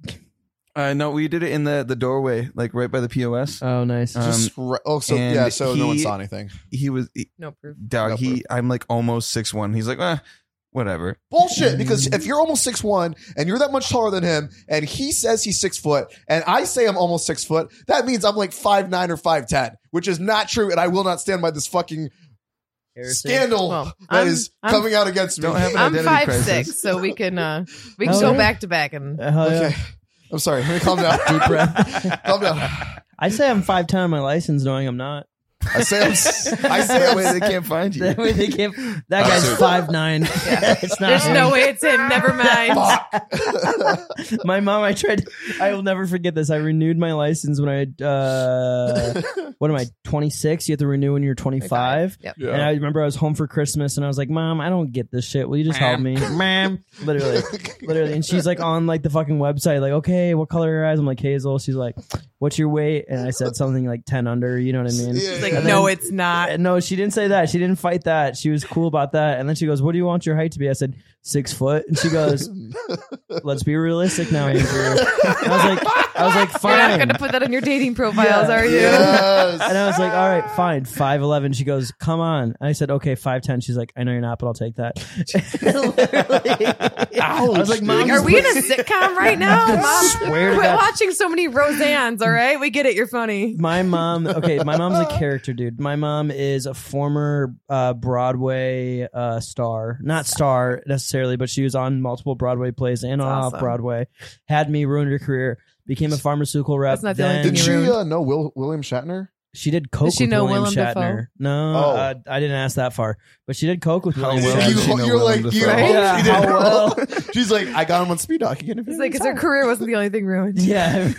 B: Uh, no, we did it in the the doorway, like right by the POS.
A: Oh, nice.
B: Uh,
C: Just ri- oh, so
B: and
C: yeah, so no one
B: he-
C: saw anything.
B: He was he-
D: No proof.
B: dog.
C: No proof.
B: He, I'm like almost six one. He's like, eh, whatever.
C: Bullshit. Because if you're almost six one and you're that much taller than him, and he says he's six foot, and I say I'm almost six foot, that means I'm like five nine or five ten, which is not true, and I will not stand by this fucking
A: Harrison.
C: scandal
D: Well,
C: that
D: I'm-
C: is
D: I'm-
C: coming out against me.
B: Don't have an
D: I'm
B: identity
D: five
B: crisis.
D: six, so we can uh we can
A: Oh,
D: go
A: yeah.
D: back to back and
A: Uh, hell yeah.
C: okay. I'm sorry. Let me calm down.
A: Deep breath.
C: calm down.
A: I say I'm five ten on my license, knowing I'm not.
C: I say I'm, s- I say
B: that
C: I'm
B: way they can't find you.
A: That way they can't. That
B: Uh,
A: guy's
B: so-
A: five nine. it's not.
D: there's
A: him.
D: no way it's in. Never mind.
A: My mom. I tried. I will never forget this. I renewed my license when I. uh What am I? Twenty six. You have to renew when you're twenty five.
D: Yep.
A: And I remember I was home for Christmas and I was like, "Mom, I don't get this shit. Will you just help me, ma'am?" Literally, literally. And she's like on like the fucking website, like, "Okay, what color are your eyes?" I'm like, "Hazel." She's like, "What's your weight?" And I said something like ten under. You know what I mean?
C: Yeah.
D: It's like
A: And
D: no,
A: then-
D: it's not.
A: Uh, no, she didn't say that. She didn't fight that. She was cool about that. And then she goes, "What do you want your height to be?" I said, six foot." And she goes, "Let's be realistic now, Andrew." I was like, "I was like,
D: You're not
A: fine."
D: going to put that on your dating profiles,
A: Yeah.
D: are you?
C: Yes.
A: and I was like, "All right, fine, five eleven. She goes, "Come on." And I said, "Okay, five ten. She's like, "I know you're not, but I'll take that." Literally. I was like,
C: dude.
A: "Mom,
D: Like, are we in a sitcom right now, Mom?
A: Swear to
D: Quit
A: God.
D: watching so many Roseanne's. All right, we get it. You're funny.
A: my mom okay my mom's a character dude my mom is a former uh, broadway uh, star not star necessarily but she was on multiple broadway plays and
D: That's
A: off
D: awesome.
A: broadway had me ruined her career became a pharmaceutical rep
D: That's not the only
A: then
D: thing
C: Did
D: you
C: she
D: ruined.
C: uh, know Will, William Shatner?
A: she did coke
D: Does she
A: with
D: know
A: william
D: Willem
A: shatner
D: Dafoe?
A: no
C: Oh.
A: uh, i didn't ask that far but she did coke with
B: How
A: william
B: well
A: shatner.
B: did she know
C: you're
B: Willem
C: like,
B: Dafoe?
C: you hope
A: Yeah,
C: she
A: how
C: didn't know.
A: well.
C: She's like, I got him on speed dial. He can
D: It's like because her career wasn't the only thing ruined.
A: Yeah.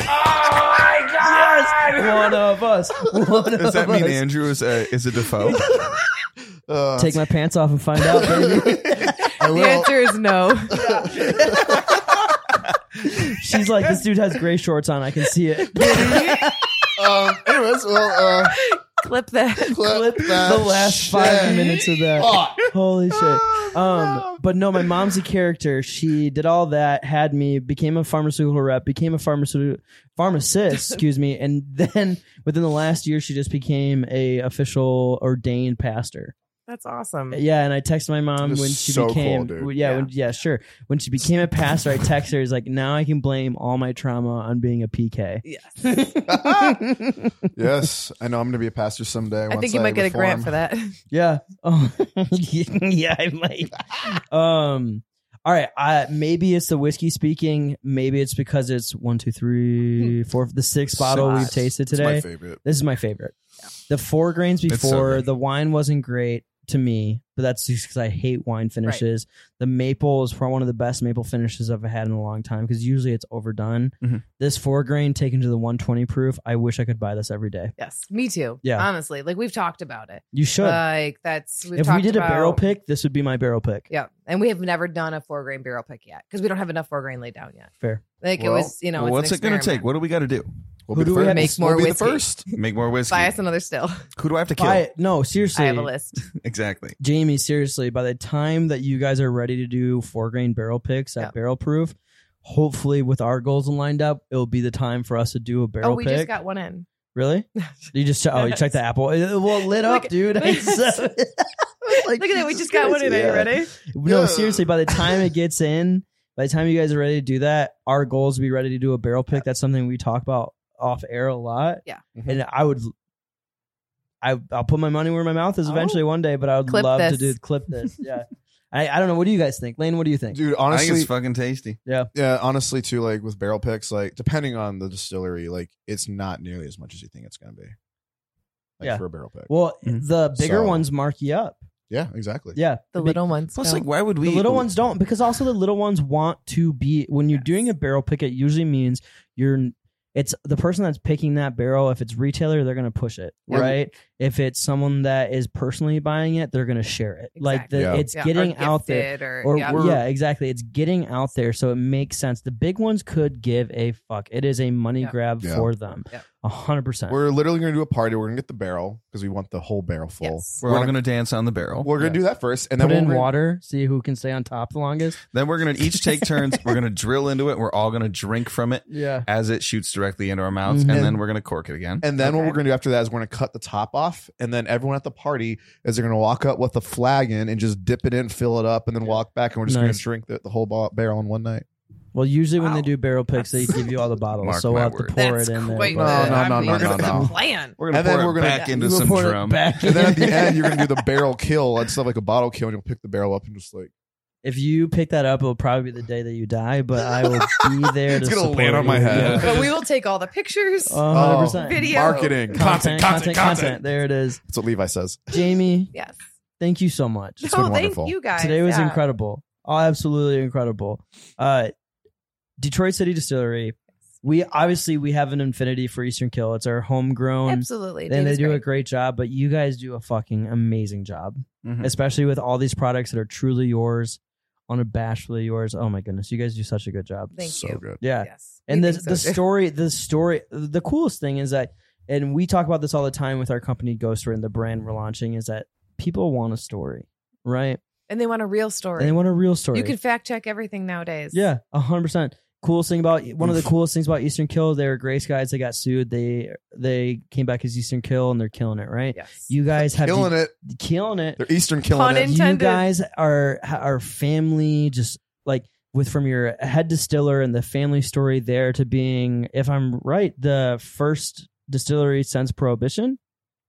A: oh my god! one of us. One
B: Does
A: of
B: that mean
A: us.
B: Andrew is a is a Defoe?
C: uh,
A: Take my pants off and find out, baby.
C: I
D: The
C: will.
D: answer is no.
A: She's like, this dude has gray shorts on. I can see it.
C: Um, anyways, well, uh,
D: Clip that.
C: clip, that
A: the last
C: shit. Oh.
A: five minutes of that.
C: Fuck.
A: Holy shit. Um, but no, my mom's a character. She did all that, had me, became a pharmaceutical rep, became a pharmaceutical pharmacist, excuse me, and then within the last year, she just became a official ordained pastor.
D: That's awesome.
A: Yeah, and I texted my mom
C: That's
A: when she
C: so cool,
A: became.
C: dude.
A: w- yeah, yeah. When, yeah, sure. When she became a pastor, I texted her. Is like now I can blame all my trauma on being a PK.
D: Yes.
C: Yes, I know I'm going to be a pastor someday.
D: I think you might get a grant for that.
A: Yeah. Oh, yeah, I might. Um. All right. I maybe it's the whiskey speaking. Maybe it's because it's one, two, three, four, the sixth bottle we've
D: Six.
A: tasted
C: It's my
A: today.
C: favorite.
A: This is my favorite. The four grains
B: It's so
A: before
B: good.
A: the wine wasn't great to me, but that's just because I hate wine finishes. The maple is probably one of the best maple finishes I've had in a long time because usually it's overdone.
B: Mhm.
A: This four grain taken to the 120 proof, I wish I could buy this every day.
D: Yes, me too.
A: Yeah.
D: honestly, like we've talked about it.
A: You should.
D: Like that's we've
A: if
D: Uh, talked
A: we did
D: about,
A: a barrel pick, this would be my barrel pick.
D: Yeah, and we have never done a four grain barrel pick yet because we don't have enough four grain laid down yet.
A: Fair.
D: Like it
C: Well,
D: was, you know,
B: Well, what's
D: it's an
B: it going to take?
D: experiment.
B: What do we got to do?
C: We'll
A: Who
C: be
A: do
C: the
A: we
C: first.
A: have to
D: Make more
C: we'll be
D: whiskey.
C: the first.
B: Make more whiskey.
D: Buy us another still.
B: Who do I have to kill?
A: Buy it. No, seriously.
D: I have a list.
B: Exactly.
A: Jamie, seriously, by the time that you guys are ready to do four grain barrel picks at
D: Yeah.
A: barrel proof, hopefully with our goals lined up, it'll be the time for us to do a barrel
D: oh, we
A: pick.
D: just got one in.
A: really? You just oh you checked the apple. It, it- well, it lit up,
D: Look-
A: dude. It's so- like,
D: Look at that. We
A: Jesus
D: just got one in.
A: Christ,
D: Are
A: yeah.
D: you ready?
A: no,
C: Yeah.
A: seriously. By the time it gets in, by the time you guys are ready to do that, our goal is to be ready to do a barrel pick. That's something we talk about off air a lot.
D: Yeah.
C: Mhm.
A: and I would. I, I'll put my money where my mouth is
D: Oh.
A: eventually one day, but I would
D: Clip
A: love to
D: this.
A: do clip this. Yeah, I, I don't know. What do you guys think, Lane? What do you think?
B: I
C: dude.
B: think
C: Honestly,
B: it's fucking tasty.
C: yeah, honestly, too. Like with barrel picks, like depending on the distillery, like it's not nearly as much as you think it's gonna be. Like
A: Yeah.
C: for a barrel pick.
A: Well,
B: Mhm.
A: the bigger
C: mm-hmm. So-
A: ones mark you up.
C: yeah, exactly.
A: Yeah,
D: The
A: Be-
D: little ones.
B: Plus,
D: don't.
B: like, why would we?
A: the little ones don't because also the little ones want to be when you're
D: Yes.
A: doing a barrel pick. It usually means you're. It's the person that's picking that barrel. If it's retailer, they're going to push it,
C: Yeah.
A: right? If it's someone that is personally buying it, they're going to share it. Like the,
C: Exactly. Yeah.
A: it's
D: Yeah, or
A: getting out there.
D: gifted Or,
A: or
D: yeah.
A: yeah. exactly it's getting out there so it makes sense the big ones could give a fuck it is a money
D: Yeah.
A: grab
C: Yeah.
A: for them
D: Yeah.
A: a 100%
C: We're literally gonna do a party. We're gonna get the barrel because we want the whole barrel full.
D: Yes.
B: We're all gonna dance on the barrel.
C: We're gonna
A: Yeah.
C: do that first, and
A: put
C: then
A: in
C: we're gonna-
A: water see who can stay on top the longest
B: Then we're gonna each take turns. we're gonna drill into it. We're all gonna drink from it
A: yeah
B: as it shoots directly into our mouths,
A: Mhm.
B: and then we're gonna cork it again.
C: And then what
D: Okay.
C: we're gonna do after that is we're gonna cut the top off, and then everyone at the party is they're gonna walk up with a flagon and just dip it in, fill it up, and then walk back, and we're just
A: Nice.
C: gonna drink the, the whole ba- barrel in one night.
A: well usually when they do
D: Wow.
A: barrel picks they give you all the bottles
B: Mark
A: so we'll
B: my
A: have to
B: words.
A: pour
D: That's
A: it in
D: quite
A: there
C: No,
A: but-
D: the,
C: no,
D: I
C: no,
D: mean,
C: no,
D: that's
C: no,
D: the
C: no.
D: plan.
B: We're gonna
C: And
B: pour
C: then
B: it
C: we're gonna-
B: back
D: Yeah.
B: into
A: We'll
B: some
A: pour it
B: drum.
A: back
C: And then at the
A: in.
C: end, you're gonna do the barrel kill instead of like a bottle kill, and you'll pick the barrel up and just like
A: if you pick that up it'll probably be the day that you die but i will be there
C: It's
A: to
C: gonna
A: support
C: land on
A: you.
C: my head.
D: But we will take all the pictures.
A: A 100%
C: Oh,
D: Video.
C: marketing.
A: Content, content, content, There it is.
C: That's what Levi says.
A: Jamie,
D: yes.
A: thank you so much.
C: It's
D: no,
C: been
D: thank
C: wonderful.
D: you guys.
A: Today was
D: Yeah.
A: incredible. Oh, absolutely incredible. Uh, Detroit City Distillery. We obviously we have an infinity for Eastern Kill. It's our homegrown,
D: Absolutely.
A: and they do a
D: it.
A: great job. But you guys do a fucking amazing job,
B: Mhm.
A: especially with all these products that are truly yours, unabashedly yours. Oh my goodness, you guys do such a good job.
D: Thank
C: so
D: you.
C: good.
A: Yeah,
D: Yes.
A: and
D: We
A: the
D: think so,
A: the
D: too.
A: story, the story, the coolest thing is that, and we talk about this all the time with our company Ghost Story and the brand we're launching is that people want a story, right?
D: And they want a real story.
A: And they want a real story.
D: You can fact check everything nowadays.
A: Yeah, a hundred percent. Coolest thing about one of the coolest things about Eastern Kill, they were Grace guys. They got sued. They they came back as Eastern Kill, and they're killing it. Right?
D: Yes.
A: You guys have
C: Killing it.
A: it. killing it.
C: They're Eastern killing
D: Pun
C: it.
D: in-
A: You
D: Intended.
A: guys are are family. Just like with from your head distiller and the family story there to being, if I'm right, the first distillery since Prohibition.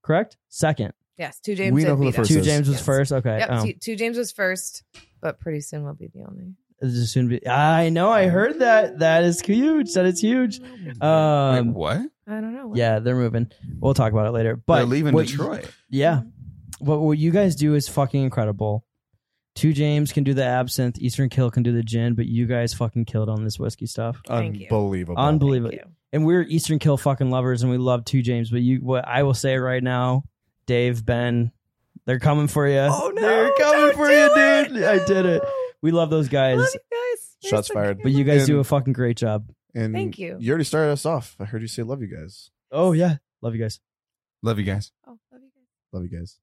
A: Correct. Second,
D: yes. Two James.
C: We know
D: did
C: who the
D: beat us.
C: First
A: two
C: is-
A: James was
D: Yes.
A: first. Okay,
D: Yep,
A: um,
D: two, two James was first, but pretty soon we'll be the only.
A: this is soon to be. I know. I heard that. That is huge. That is huge.
B: Wait,
A: Um,
B: what?
D: I don't know.
A: Yeah, they're moving. We'll talk about it later. But
B: They're leaving
A: what-
B: Detroit.
A: yeah, but what you guys do is fucking incredible. Two James can do the absinthe, Eastern Kill can do the gin, but you guys fucking killed on this whiskey stuff.
D: Thank you.
A: Unbelievable.
C: Unbelievable.
D: Thank
A: believe it.
D: you.
A: And we're Eastern Kill fucking lovers, and we love Two James. But you, what I will say right now, Dave, Ben, they're coming for you.
D: Oh no!
A: they're coming
D: don't
A: for
D: do
A: you,
D: it!
A: dude. I did it. We love those guys,
D: Love you guys. You're
C: Shots
D: so
C: fired.
D: cute.
A: but you guys
C: And-
A: do a fucking great job.
C: And
D: Thank you.
C: You already started us off. I heard you say love you guys.
A: Oh yeah, love you guys.
B: Love you guys.
D: Oh, love you guys.
C: Love you guys.